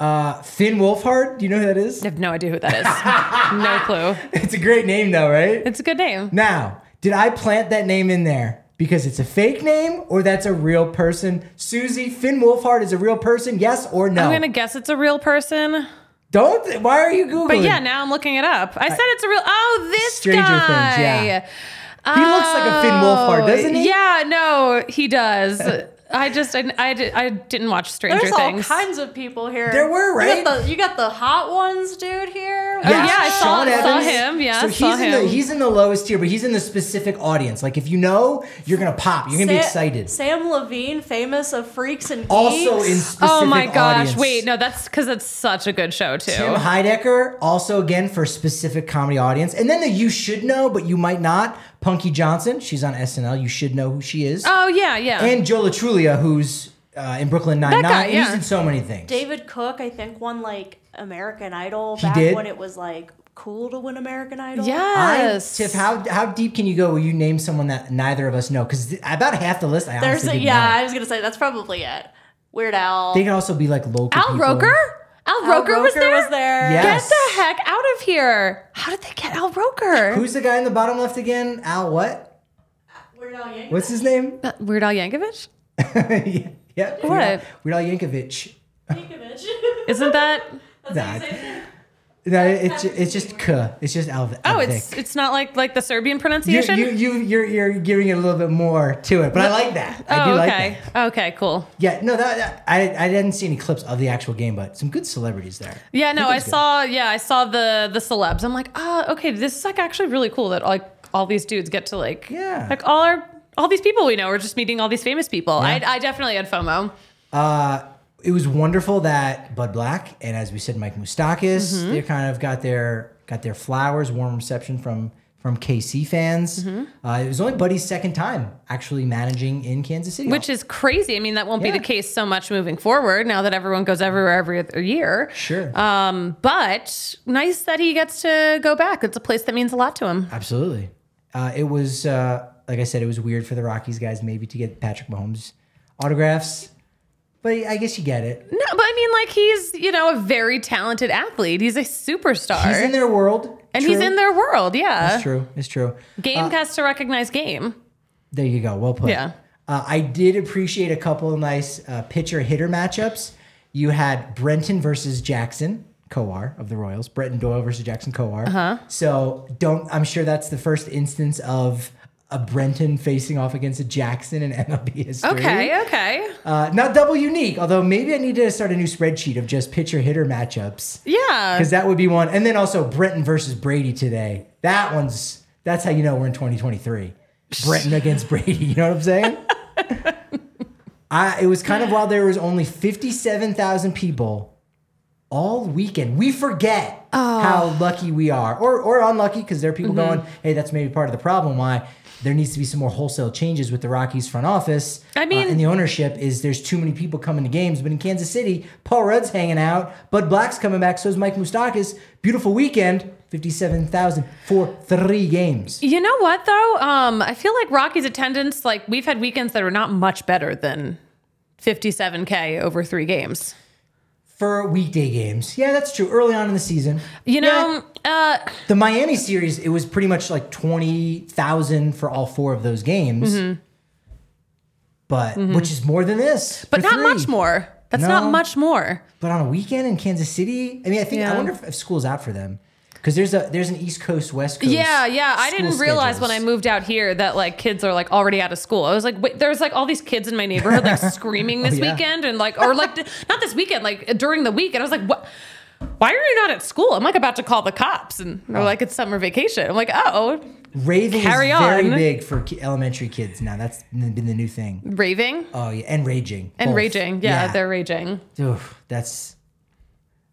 A: Uh, Finn Wolfhard. Do you know who that is?
B: I have no idea who
A: [LAUGHS]
B: that is. no clue.
A: It's a great name, though, right?
B: It's a good name.
A: Now, did I plant that name in there because it's a fake name or that's a real person? Susie Finn Wolfhard is a real person. Yes or no?
B: I'm gonna guess it's a real person.
A: Don't. Why are you googling?
B: But yeah, now I'm looking it up. I said it's a real oh this
A: Stranger Things,
B: guy.
A: yeah. He looks like a Finn Wolfhard,
B: Oh,
A: doesn't he?
B: Yeah, no, he does. I just I, I, di- I didn't watch Stranger
C: There's all
B: Things.
C: kinds of people here.
A: There were,
C: You
A: right?
C: got the, you got the hot ones, dude. Here.
B: Oh, Yeah, I saw-
A: Sean
B: I saw
A: Evans.
B: him. Yeah,
A: so
B: I saw
A: he's in the
B: him.
A: he's in the lowest tier, but he's in the specific audience. Like if you know, you're gonna pop. You're gonna be
C: Sa-
A: excited.
C: Sam Levine, famous of Freaks and Geeks.
A: Also in specific
B: oh my gosh,
A: audience.
B: wait, no, that's because that's such a good show too.
A: Tim Heidecker, also again for specific comedy audience, and then the you should know but you might not. Punky Johnson, she's on SNL. You should know who she is.
B: oh yeah, yeah.
A: and Joe LaTrulia, who's uh, in Brooklyn Nine
B: guy,
A: Nine. He's
B: yeah.
A: in so many things.
C: David Cook, I think, won like American Idol back
A: did?
C: when it was like cool to win American Idol.
A: I,
B: yes.
A: Tiff, how how deep can you go? Where you name someone that neither of us know? Because about half the list, I
C: There's
A: honestly
C: a,
A: didn't
C: yeah,
A: know.
C: I was gonna say that's probably it. Weird Al.
A: They could also be like local.
B: Al
A: people.
B: Roker? Al
C: Al
B: Roker, was there.
A: Yes.
B: Get the heck out of here! How did they get Al Roker?
A: Who's the guy in the bottom left again? Al what? What's his name?
B: Uh, Weird Al Yankovic?
A: yeah. Yep. Weird Al-
B: What?
A: Weird Al Yankovic.
B: Isn't that?
A: Nah. No, it's it's just k. It's just Al.
B: Oh,
A: Al
B: it's
A: Vic.
B: it's not like like the Serbian
A: you
B: pronunciation.
A: you you you're, you're giving it a little bit more to it, but I like that. I do
B: oh,
A: like
B: okay.
A: that.
B: Okay, cool.
A: Yeah, no, that, that- I I didn't see any clips of the actual game, but some good celebrities there.
B: Yeah, no, I,
A: was good.
B: saw. Yeah, I saw the the celebs. I'm like, oh, okay, this is like actually really cool that like all these dudes get to like,
A: Yeah.
B: like all our all these people we know are just meeting all these famous people. I I definitely had FOMO.
A: It was wonderful that Bud Black and, as we said, Mike Moustakis,
B: Mm-hmm.
A: they kind of got their got their flowers, warm reception from from KC fans.
B: Mm-hmm.
A: Uh, it was only Buddy's second time actually managing in Kansas City,
B: Which is crazy. I mean, that won't
A: Yeah.
B: be the case so much moving forward now that everyone goes everywhere every other year.
A: sure,
B: Um, but nice that he gets to go back. It's a place that means a lot to him.
A: absolutely. Uh, it was uh, like I said, it was weird for the Rockies guys maybe to get Patrick Mahomes autographs, but I guess you get it.
B: No, but I mean, like he's you know a very talented athlete. He's a superstar,
A: He's in their world,
B: and
A: True.
B: he's in their world. Yeah,
A: It's true. Uh, It's true.
B: game has to recognize game.
A: There you go. Well put.
B: Yeah.
A: Uh, I did appreciate a couple of nice uh, pitcher hitter matchups. You had Brenton versus Jackson Coar of the Royals. Brenton Doyle versus Jackson Coar. Uh-huh. So don't. I'm sure that's the first instance of a Brenton facing off against a Jackson in [LAUGHS] MLB history.
B: Okay, okay.
A: Uh, not double unique, although maybe I need to start a new spreadsheet of just pitcher hitter matchups
B: Yeah.
A: because that would be one. And then also Brenton versus Brady today. That one's that's how you know we're in 2023. Brenton against Brady. You know what I'm saying? I, it was kind of while there was only 57,000 people all weekend. We forget
B: Oh.
A: how lucky we are, or or unlucky, because there are people
B: Mm-hmm.
A: going, "Hey, that's maybe part of the problem." Why there needs to be some more wholesale changes with the Rockies front office.
B: I
A: uh,
B: mean-
A: and the ownership is there's too many people coming to games. But in Kansas City, Paul Rudd's hanging out, Bud Black's coming back, so is Mike Moustakis. Beautiful weekend, fifty-seven thousand for three games.
B: You know what though? Um, I feel like Rocky's attendance, like we've had weekends that are not much better than 57k over three games.
A: For weekday games. Yeah, that's true. Early on in the season.
B: You know, uh,
A: The Miami series, it was pretty much like 20,000 for all four of those games.
B: Mm-hmm.
A: But which is more than this.
B: but
A: for
B: not
A: three.
B: much more. That's
A: No.
B: not much more.
A: But on a weekend in Kansas City, I mean, I think I
B: Yeah.
A: wonder if, if school's out for them because there's a there's an East Coast West Coast.
B: Yeah, yeah. I
A: school
B: didn't realize when I
A: schedules.
B: moved out here that like kids are like already out of school. I was like, wait, there's like all these kids in my
A: [LAUGHS]
B: neighborhood like screaming this
A: Oh, yeah.
B: weekend and like, or like, not this weekend, like during the week. And I was like, what? Why are you not at school? I'm like about to call the cops, and
A: Oh.
B: they're like, it's summer vacation. I'm like, oh,
A: Raving
B: Carry
A: is very
B: on.
A: big for ki- elementary kids now. That's n- been the new thing.
B: raving
A: Oh yeah, and raging
B: and
A: both.
B: raging. Yeah, they're raging.
A: Oof, that's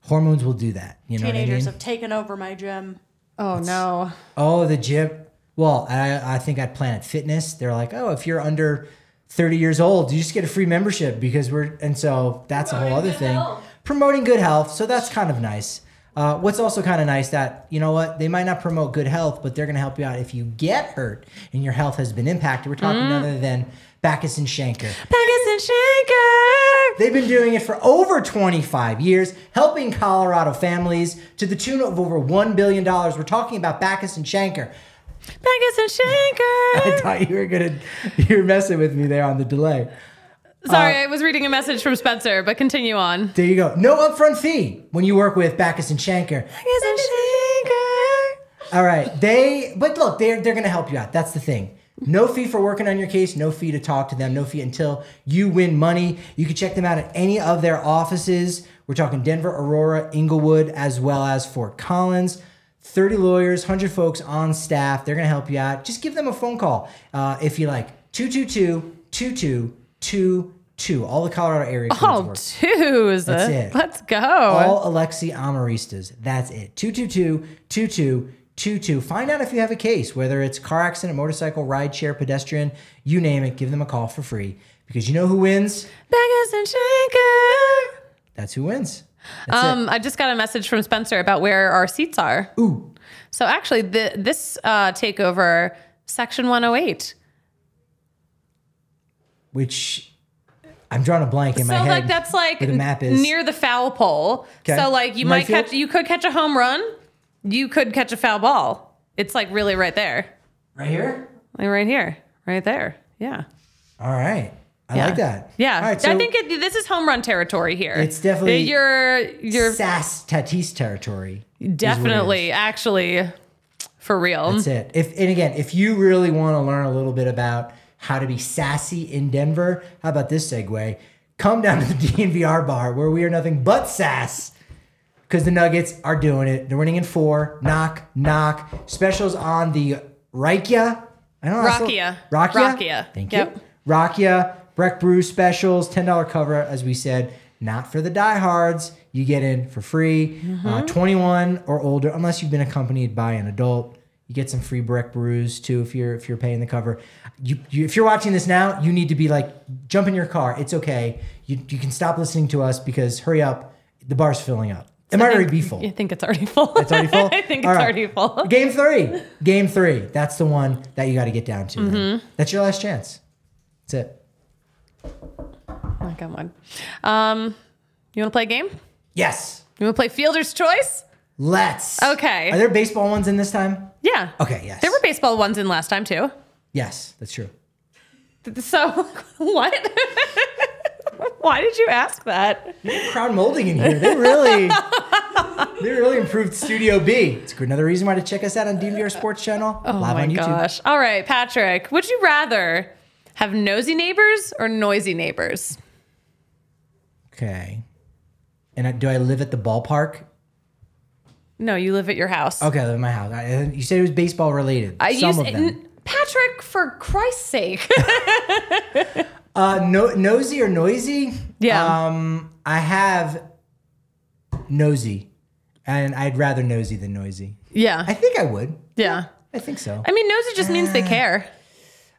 A: hormones will do that. You know
C: Teenagers
A: what I
C: have
A: mean?
C: taken over my gym.
B: Oh no.
A: Oh, the gym. Well, I, I think at Planet Fitness, they're like, oh, if you're under 30 years old, you just get a free membership because we're, and so that's a whole other thing. Promoting good health. So that's kind of nice. Uh, what's also kind of nice that, you know what, they might not promote good health, but they're going to help you out if you get hurt and your health has been impacted. We're talking none other than Backus and Shanker.
B: Pegasus Shanker.
A: They've been doing it for over 25 years, helping Colorado families to the tune of over $1 billion. We're talking about Backus and Shanker.
B: Pegasus
A: [LAUGHS] I
B: Shanker.
A: thought you were gonna you were messing with me there on the delay.
B: Sorry, I was reading a message from Spencer, but continue on.
A: There you go. No upfront fee when you work with Backus and Shanker.
B: Pegasus Shanker.
A: All right. They but look, they're they're gonna help you out. That's the thing. No fee for working on your case, no fee to talk to them, no fee until you win money. You can check them out at any of their offices. We're talking Denver, Aurora, Inglewood, as well as Fort Collins. 30 lawyers, 100 folks on staff. They're going to help you out. Just give them a phone call uh, if you like. 222 2222. All the Colorado area codes
B: Oh,
A: work.
B: twos.
A: That's it.
B: Let's go.
A: All Alexi Amoristas. That's it. 222-2222. Find out if you have a case, whether it's car accident, motorcycle, rideshare, pedestrian, you name it. Give them a call for free because you know who wins?
B: Beggars and Shanker.
A: That's who wins. That's
B: Um, I just got a message from Spencer about where our seats are.
A: it. Ooh,
B: So actually, the, this uh, takeover, oh section 108.
A: which I'm drawing a blank in my
B: so
A: head.
B: like that's like
A: where the map is
B: near the foul pole.
A: 'Kay.
B: So like you
A: My
B: might
A: field?
B: catch you could catch a home run, you could catch a foul ball. It's like really right there.
A: right here.
B: Like right here. Right there. Yeah.
A: All right, I
B: Yeah.
A: like that.
B: Yeah.
A: All right, so
B: I think it, this is home run territory here.
A: It's definitely
B: your your
A: Sass Tatis territory.
B: definitely actually for real.
A: That's it. If and again, if you really want to learn a little bit about how to be sassy in Denver, how about this segue? Come down to the [LAUGHS] DNVR bar where we are nothing but sass. Because the Nuggets are doing it. They're winning in four. Knock, knock. Specials on the Rakia. I don't know. how to say-
B: Rakia.
A: Rakia.
B: Rakia.
A: Thank
B: Yep.
A: you. Rakia. Breck Brew specials. $10 cover, as we said. Not for the diehards. You get in for free. Uh, 21 or older, unless you've been accompanied by an adult. You get some free Breck Brews too if you're if you're paying the cover. You, you if you're watching this now, you need to be like jump in your car. It's okay. You, you can stop listening to us because hurry up, the bar's filling up. It might already be full.
B: [LAUGHS] I think it's already full.
A: It's
B: [LAUGHS]
A: already full.
B: I think it's
A: All right.
B: already full.
A: Game three. Game three. That's the one that you got to get down to. That's your last chance. That's it.
B: Oh, come on. Um, you want to play a game?
A: Yes.
B: You want to play Fielder's Choice?
A: Let's.
B: Okay.
A: Are there baseball ones in this time?
B: Yeah.
A: Okay. Yes.
B: There were baseball ones in last time too.
A: Yes, that's true.
B: So [LAUGHS] what? Why did you ask that?
A: Crowd molding in here. They
B: [LAUGHS]
A: really, they really improved Studio B. It's another reason why to check us out on DVR Sports Channel
B: Oh
A: live
B: my
A: on YouTube.
B: gosh. All right, Patrick, would you rather have nosy neighbors or noisy neighbors?
A: Okay. And I, do I live at the ballpark?
B: No, you live at your house.
A: Okay, I live in my house. I, uh, you said it was baseball related.
B: I
A: Oh, Some
B: use
A: of them.
B: n- Patrick for Christ's sake. [LAUGHS]
A: Uh, no, nosy or noisy?
B: Yeah.
A: Um, I have nosy, and I'd rather nosy than noisy. I
B: yeah.
A: think Uh. I would.
B: Yeah.
A: I think so.
B: I mean, nosy just means they care.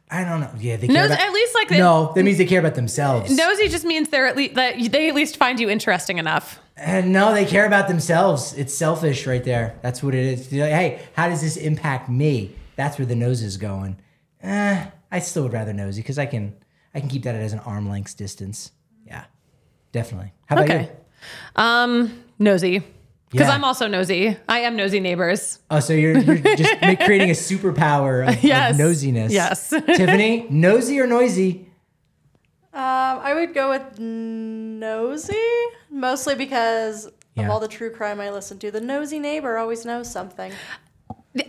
A: I don't know. Yeah, they care
B: Nosy,
A: about,
B: at least like they,
A: no. That means they care about themselves.
B: nosy just means they're at least that they at least find you interesting enough.
A: and no, they care about themselves. It's selfish, right there. That's what it is. They're like, hey, how does this impact me? That's where the nose is going. Eh, I still would rather nosy because I can, I can keep that as an arm length distance. Yeah, definitely. How about
B: Okay.
A: you?
B: Um, nosy. Because
A: Yeah.
B: I'm also nosy. I am nosy neighbors.
A: Oh, so you're, you're just make, creating a superpower of,
B: [LAUGHS]
A: of
B: Yes.
A: nosiness.
B: Yes. [LAUGHS]
A: Tiffany, nosy or noisy?
C: Um, I would go with nosy, mostly because
A: Yeah.
C: of all the true crime I listen to. The nosy neighbor always knows something. [LAUGHS]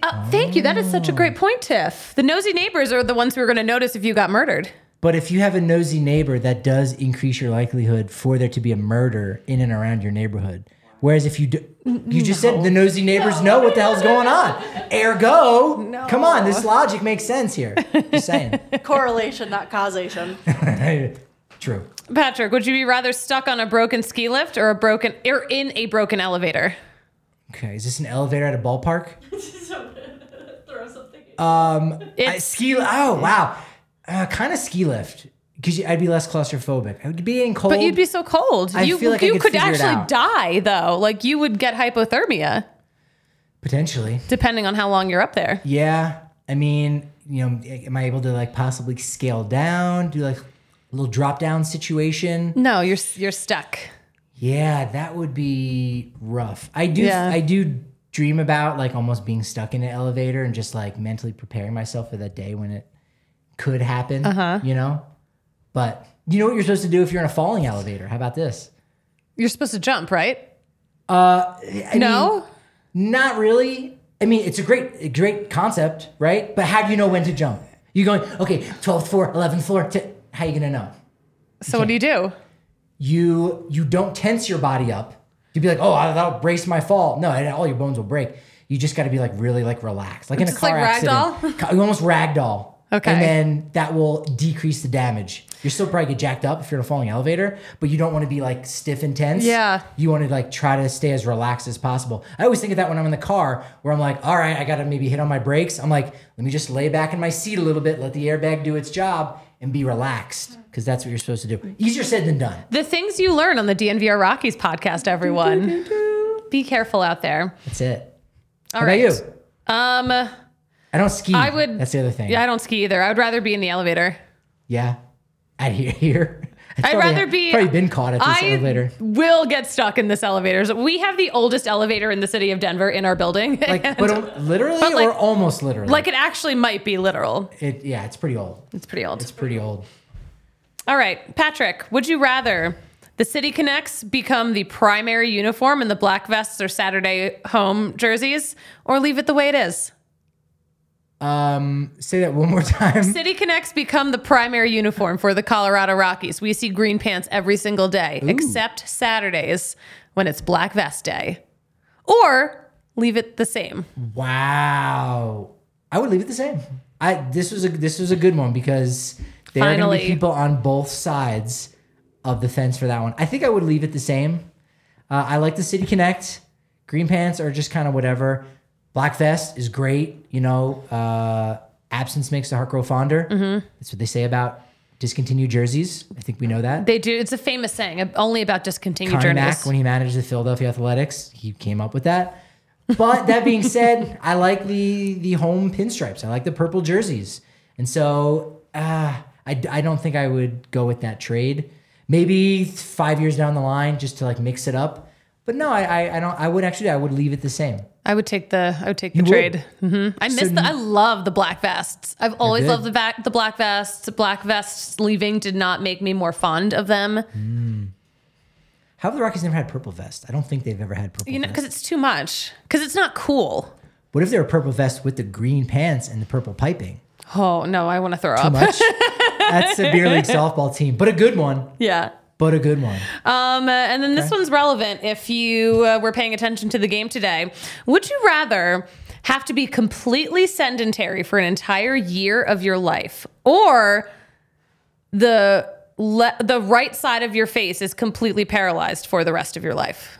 B: Uh, thank you. That is such a great point, Tiff. The nosy neighbors are the ones who are going to notice if you got murdered.
A: But if you have a nosy neighbor, that does increase your likelihood for there to be a murder in and around your neighborhood. Whereas if you do, you just said the nosy neighbors know what the hell's going on. Ergo, come on, this logic makes sense here. Just saying. [LAUGHS]
C: Correlation, not causation.
A: True.
B: Patrick, would you be rather stuck on a broken ski lift or a broken or in a broken elevator?
A: Okay, is this an elevator at a
C: [LAUGHS]
A: ballpark?
C: Throw something.
A: Um, I- ski. Oh wow, uh, kind of ski lift because I'd be less claustrophobic. I would be in cold.
B: But you'd be so cold.
A: I
B: you
A: feel like I
B: you
A: could
B: could,
A: figure it
B: actually
A: out.
B: die though. Like you would get hypothermia
A: potentially.
B: depending on how long you're up there.
A: Yeah. I mean, you know, am I able to like possibly scale down, do like a little drop down situation?
B: No, you're you're stuck.
A: Yeah, that would be rough. I do
B: Yeah.
A: I do dream about like almost being stuck in an elevator and just like mentally preparing myself for that day when it could happen, uh-huh. you know? But you know what you're supposed to do if you're in a falling elevator? How about this?
B: You're supposed to jump, right?
A: Uh, I
B: no.
A: mean, not really. I mean, it's a great a great concept, right? But how do you know when to jump? You're going, okay, 12th floor, 11th floor. T- how you going to know?
B: so what do you do?
A: you you don't tense your body up. You'd be like, oh, I- that'll brace my fall. No, and all your bones will break. You just got to be like really like relaxed, like in a
B: Just
A: car
B: like
A: accident. Ca- You almost ragdoll.
B: Okay.
A: And then that will decrease the damage. You're still probably get jacked up if you're in a falling elevator, but you don't want to be like stiff and tense.
B: Yeah.
A: You want to like try to stay as relaxed as possible. I always think of that when I'm in the car, where I'm like, all right, I got to maybe hit on my brakes. I'm like, let me just lay back in my seat a little bit, let the airbag do its job, and be relaxed because that's what you're supposed to do. Easier said than done.
B: The things you learn on the DNVR Rockies podcast, everyone. Be careful out there.
A: That's it.
B: All
A: How
B: right.
A: about you?
B: Um,
A: I don't ski.
B: I would-
A: That's the other thing.
B: yeah, I don't ski either. I would rather be in the elevator.
A: Yeah. I hear. [LAUGHS] here.
B: I'd
A: probably-
B: rather be
A: probably been caught at this
B: I [LAUGHS]
A: elevator.
B: Will get stuck in this elevator. We have the oldest elevator in the city of Denver in our building.
A: Like,
B: [LAUGHS] and-
A: but um, literally
B: but, like-
A: or almost literally.
B: like it actually might be literal.
A: it, yeah, it's pretty old.
B: It's pretty old.
A: It's pretty old.
B: All right, Patrick, would you rather the City Connects become the primary uniform and the black vests are Saturday home jerseys or leave it the way it is?
A: Um, say that one more [LAUGHS] time.
B: City Connects become the primary uniform for the Colorado Rockies. We see green pants every single day except Saturdays when it's black vest day. Or leave it the same.
A: Wow. I would leave it the same. I this was a this was a good one because there are gonna be
B: Finally.
A: people on both sides of the fence for that one. I think I would leave it the same. Uh, I like the City Connect. Green pants are just kind of whatever. Black vest is great. You know, uh, absence makes the heart grow fonder. That's what they say about discontinued jerseys. I think we know that.
B: They do. It's a famous saying uh, only about discontinued
A: Connie
B: journeys.
A: Mack, when he managed the Philadelphia Athletics, he came up with that. But that
B: [LAUGHS]
A: being said, I like the the home pinstripes. I like the purple jerseys, and so uh, I d- I don't think I would go with that trade. Maybe five years down the line, just to like mix it up. But no, I I, I don't. I would actually I would leave it the same.
B: I would take the I would take the
A: would?
B: trade. hmm I miss the
A: n-
B: I love the black vests. I've always
A: good.
B: loved the back the black vests. Black vests leaving did not make me more fond of them.
A: How have the Rockies never had purple vest? I don't think they've ever had purple.
B: You know,
A: vest.
B: because it's too much. Because it's not cool.
A: What if they were purple vest with the green pants and the purple piping?
B: Oh no, I want to throw [LAUGHS] up.
A: Much. That's a
B: [LAUGHS]
A: beer league softball team, but a good one.
B: Yeah.
A: But a good one.
B: Um, uh, and then this one's relevant if you uh, were paying attention to the game today. Would you rather have to be completely sedentary for an entire year of your life, or the le- the right side of your face is completely paralyzed for the rest of your life?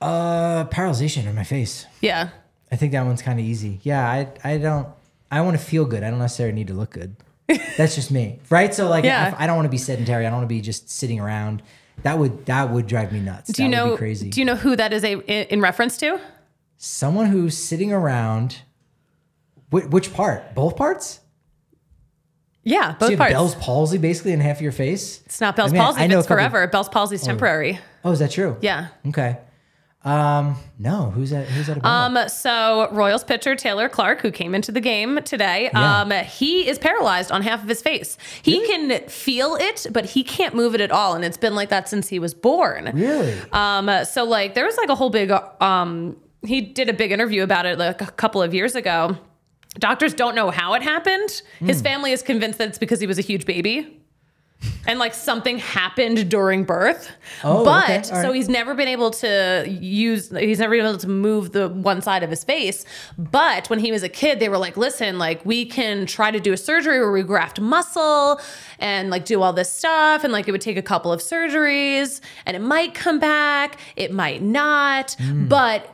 A: Uh, paralyzation on my face.
B: Yeah.
A: I think that one's kind of easy. Yeah, I I don't. I want to feel good. I don't necessarily need to look
B: [LAUGHS]
A: good. That's just me, right? So like,
B: Yeah.
A: if I don't want to be sedentary. I don't want to be just sitting around. That would that would drive me nuts.
B: Do you
A: That would be
B: know?
A: crazy?
B: Do you know who that is a, in, in reference to?
A: Someone who's sitting around. Which, which part? Both parts?
B: Yeah,
A: So
B: both
A: you have
B: parts.
A: Bell's palsy basically in half your face.
B: it's not Bell's
A: I mean, I-
B: palsy.
A: I
B: if
A: know
B: it's
A: a couple-
B: forever. Bell's palsy is temporary.
A: Oh, is that true?
B: Yeah.
A: Okay. Um, no. Who's that? Who's that about?
B: Um, so Royals pitcher Taylor Clark, who came into the game today,
A: Yeah.
B: um, he is paralyzed on half of his face. He can feel it, but he can't move it at all, and it's been like that since he was born.
A: really?
B: Um, uh, so like there was like a whole big um, he did a big interview about it like a couple of years ago. Doctors don't know how it happened. His
A: Hmm.
B: family is convinced that it's because he was a huge baby. And like something happened during birth,
A: Oh,
B: but
A: okay. All
B: so
A: right.
B: he's never been able to use. He's never been able to move the one side of his face. But when he was a kid, they were like, "Listen, like we can try to do a surgery where we graft muscle and like do all this stuff, and like it would take a couple of surgeries, and it might come back, it might not,
A: Hmm.
B: but."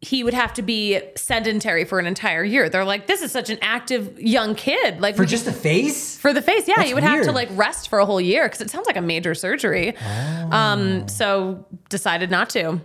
B: He would have to be sedentary for an entire year. They're like, this is such an active young kid. Like
A: For just the face?
B: for the face, yeah,
A: That's
B: you would have to
A: weird.
B: like rest for a whole year because it sounds like a major surgery.
A: Oh.
B: Um, so decided not to.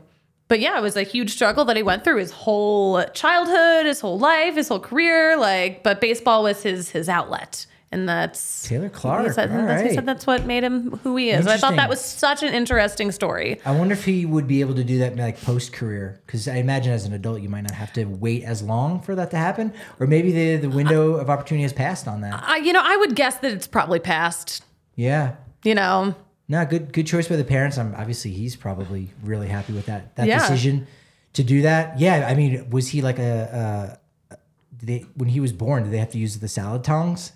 B: But yeah, it was a huge struggle that he went through his whole childhood, his whole life, his whole career. Like, but baseball was his his outlet, and that's
A: Taylor Clark.
B: He said,
A: All
B: that's, he
A: right.
B: said that's what made him who he is. I thought
A: Interesting.
B: that was such an interesting story.
A: I wonder if he would be able to do that like post career because I imagine as an adult you might not have to wait as long for that to happen, or maybe the the window of opportunity has passed on that.
B: I, you know, I would guess that it's probably past.
A: Yeah,
B: You know,
A: no, good good choice by the parents. I'm obviously he's probably really happy with that that
B: Yeah.
A: decision to do that. Yeah, I mean, was he like a, a did they, when he was born? Did they have to use the salad
B: [LAUGHS]
A: tongs?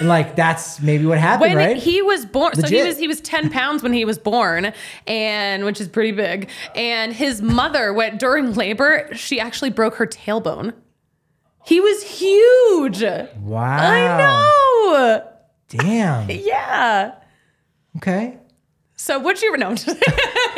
A: like that's maybe what happened,
B: when
A: right?
B: he was born so he
A: Legit.
B: was he was 10 pounds when he was born and which is pretty big and his mother went during labor she actually broke her tailbone he was huge
A: wow,
B: i know
A: Damn.
B: [LAUGHS] yeah
A: Okay.
B: so would you no [LAUGHS] would you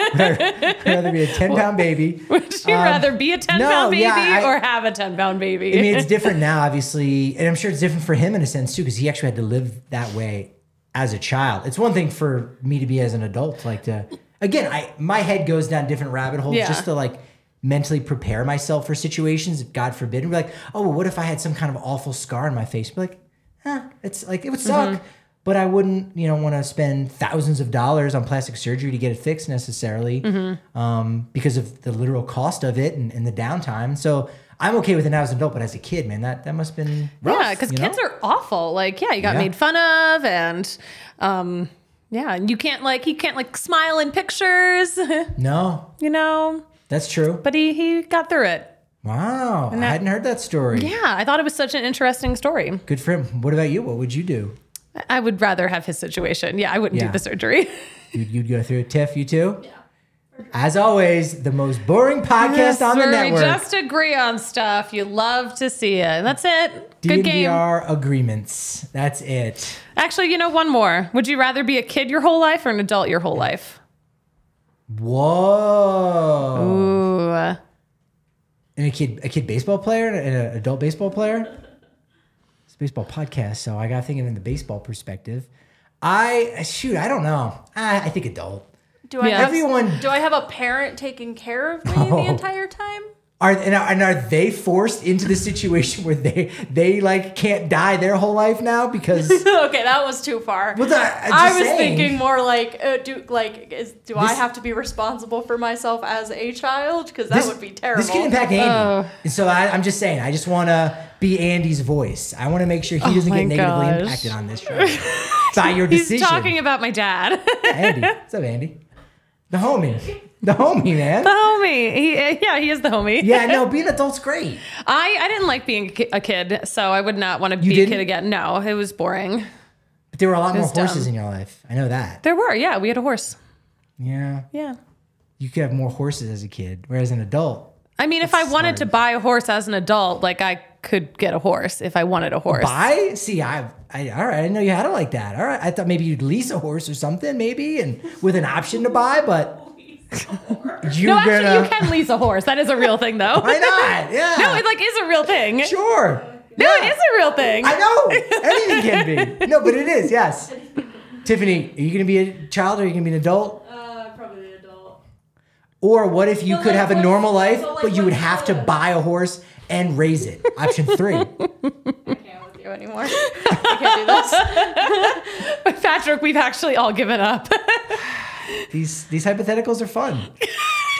A: I'd rather be a ten pound baund
B: [LAUGHS]
A: baby.
B: rather be a 10 pound
A: Um, no,
B: baby
A: yeah, I-
B: or have a 10 pound baby
A: I
B: [LAUGHS]
A: mean, it's different now, obviously, and I'm sure it's different for him in a sense too, because he actually had to live that way as a child. It's one thing for me to be as an adult, like to again, I my head goes down different rabbit holes
B: Yeah.
A: just to like mentally prepare myself for situations. If God forbid, and be like, oh, well, what if I had some kind of awful scar on my face? Be like, huh, it's like it would suck, but I wouldn't, you know, want to spend thousands of dollars on plastic surgery to get it fixed necessarily um, because of the literal cost of it and, and the downtime. So I'm okay with it now as an adult, but as a kid, man, that, that must have been rough.
B: yeah, because
A: you know?
B: kids are awful. Like, yeah, you got
A: Yeah.
B: made fun of, and um, yeah, and you can't like he can't like smile in pictures, [LAUGHS]
A: No,
B: you know.
A: that's true.
B: But he he got through it.
A: Wow. I hadn't heard that story.
B: Yeah, I thought it was such an interesting story.
A: Good for him. What about you? What would you do?
B: I would rather have his situation. Yeah, I wouldn't
A: Yeah.
B: do the surgery.
A: You'd, you'd go through it. Tiff, you too? Yeah. As always, the most boring podcast on the
B: Where we
A: network.
B: just agree on stuff. You love to see it. And That's it. Good game.
A: DNVR agreements. That's it.
B: Actually, you know, one more. Would you rather be a kid your whole life or an adult your whole life?
A: Whoa.
B: Ooh.
A: uh, And a kid, a kid baseball player and an adult baseball player. It's a baseball podcast, so I got thinking in the baseball perspective. I shoot, I don't know. I, I think adult.
C: Do I
B: Yeah.
C: have,
A: Everyone-
C: Do I have a parent taking care of me
A: Oh.
C: the entire time? [LAUGHS]
A: Are and, are and are they forced into the situation where they they like can't die their whole life now because
C: okay, that was too far.
A: Well, that- I'm
C: I
A: just
C: was
A: saying.
C: thinking more like, uh, do like, is, do I
A: This-
C: have to be responsible for myself as a child? Because that would be terrible.
A: This can impact Andy. And so I, I'm just saying, I just want to be Andy's voice. I want to make sure he doesn't
B: my
A: get negatively
B: gosh.
A: impacted on this show by your
B: He's
A: decision.
B: talking about my dad. [LAUGHS]
A: Andy, what's up, Andy? The homie, the homie, man.
B: the homie. He, uh, yeah, he is the homie.
A: Yeah, no, being an adult's great.
B: I, I didn't like being a ki- a kid, so I would not want to be a
A: didn't?
B: kid again. No, it was boring.
A: But there were a lot more
B: It's dumb.
A: horses in your life. I know that.
B: There were, yeah, we had a horse.
A: Yeah,
B: Yeah.
A: you could have more horses as a kid, whereas an adult,
B: I mean, if I wanted to buy a horse as an adult, like I could get a horse if I wanted a horse.
A: I see. I, I all right. I didn't know you had it like that. All right. I thought maybe you'd lease a horse or something, maybe, and with an option to buy.
B: [LAUGHS]
A: But you
B: No,
A: are
B: actually,
A: gonna
B: you can lease a horse. That is a real thing, [LAUGHS] though.
A: why not? Yeah.
B: No, it like is a real thing.
A: Sure.
B: No, it is a real thing.
A: I know. Anything can be. No, but it is, yes. Tiffany, are you going to be a child or are you going to be an adult?
C: Uh, probably an adult.
A: Or what if you could have a
C: what-
A: normal life,
C: but, like,
A: but you would
C: what's
A: have to
C: the-
A: buy a horse and raise it?
B: [LAUGHS]
A: Option three.
C: Can't with you anymore. [LAUGHS] I can't do this.
B: [LAUGHS] Patrick, we've actually all given up. [LAUGHS]
A: These these hypotheticals are fun.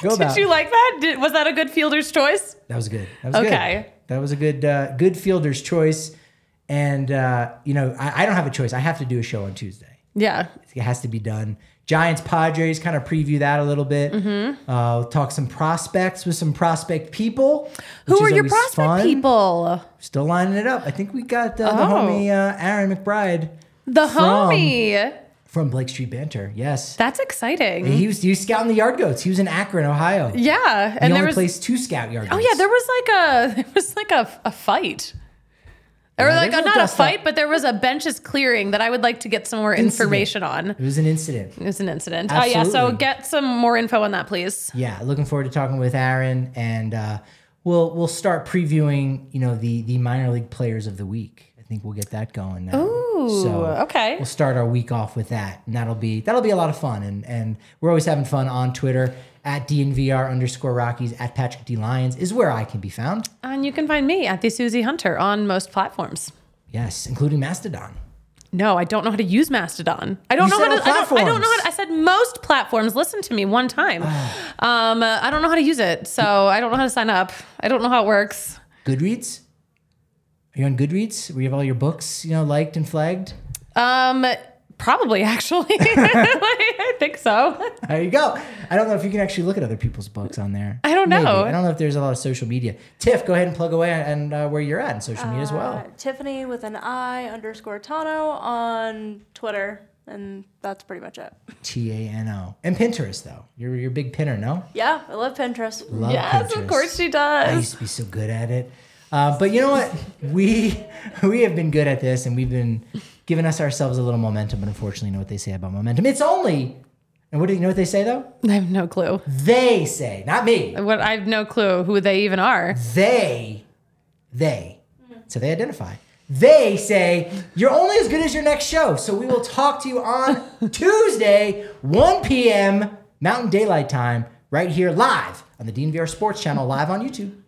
A: Go about.
B: Did you like that? Did, was that a good fielder's choice?
A: That was good. That was
B: Okay.
A: Good. That was a good uh, good fielder's choice. And uh, you know, I, I don't have a choice. I have to do a show on Tuesday.
B: Yeah.
A: it has to be done. Giants, Padres, kind of preview that a little bit.
B: Mm-hmm.
A: Uh, we'll talk some prospects with some prospect people.
B: Who
A: which
B: are
A: is
B: your
A: always
B: prospect
A: fun.
B: people?
A: Still lining it up. I think we got uh, the
B: Oh.
A: homie uh, Aaron McBride
B: The homie.
A: from Blake Street Banter. Yes,
B: That's exciting.
A: he was he was scouting the yard goats. He was in Akron, Ohio. He
B: yeah, and
A: only
B: there was
A: placed two scout yard.
B: oh yeah, there was like a [LAUGHS] there was like a, a fight. Or like
A: there's
B: a,
A: no
B: not a
A: dust up.
B: fight, but there was a benches clearing that I would like to get some more information on.
A: it was an incident.
B: It was an incident. Oh yeah, so
A: Absolutely.
B: get some more info on that, please.
A: Yeah, looking forward to talking with Aaron, and uh, we'll we'll start previewing. You know the the minor league players of the week. I think we'll get that going. Now.
B: Ooh, okay.
A: We'll start our week off with that, and that'll be that'll be a lot of fun. And and we're always having fun on Twitter at dnvr underscore Rockies at Patrick D Lyons is where I can be found.
B: And you can find me at the Susie Hunter on most platforms.
A: Yes, including Mastodon.
B: No, I don't know how to use Mastodon. I don't
A: You
B: know how
A: said
B: to.
A: all
B: I don't, I don't
A: platforms.
B: know how. To, I said most platforms. Listen to me one
A: [SIGHS]
B: time. um, uh, I don't know how to use it, so I don't know how to sign up. I don't know how it works.
A: Goodreads. Are you on Goodreads? Where you have all your books, you know, liked and flagged. [LAUGHS]
B: Um, probably [LAUGHS] actually. I think so.
A: There you go. I don't know if you can actually look at other people's books on there.
B: I don't
A: Maybe.
B: know.
A: I don't know if there's a lot of social media. Tiff, go ahead and plug away and uh, where you're at in social media as
B: Uh,
A: well.
C: Tiffany with an I underscore Tano on Twitter, and that's pretty much it.
A: T A N O. And Pinterest though. You're you're a big pinner, no?
C: Yeah, I love Pinterest.
A: Love
B: yes,
A: Pinterest.
B: of course she
A: I
B: does.
A: used to be so good at it. Uh, but you know
B: [LAUGHS]
A: what? We we have been good at this, and we've been giving us ourselves a little momentum. But unfortunately, you know what they say about momentum? It's only. And what do you know what they say though?
B: I have no clue.
A: They say, not me.
B: What I have no clue who they even are.
A: They, they. So they identify. They say you're only as good as your next show. So we will talk to you on Tuesday, 1 p.m. Mountain Daylight Time, right here live on the DNVR Sports Channel, live on YouTube.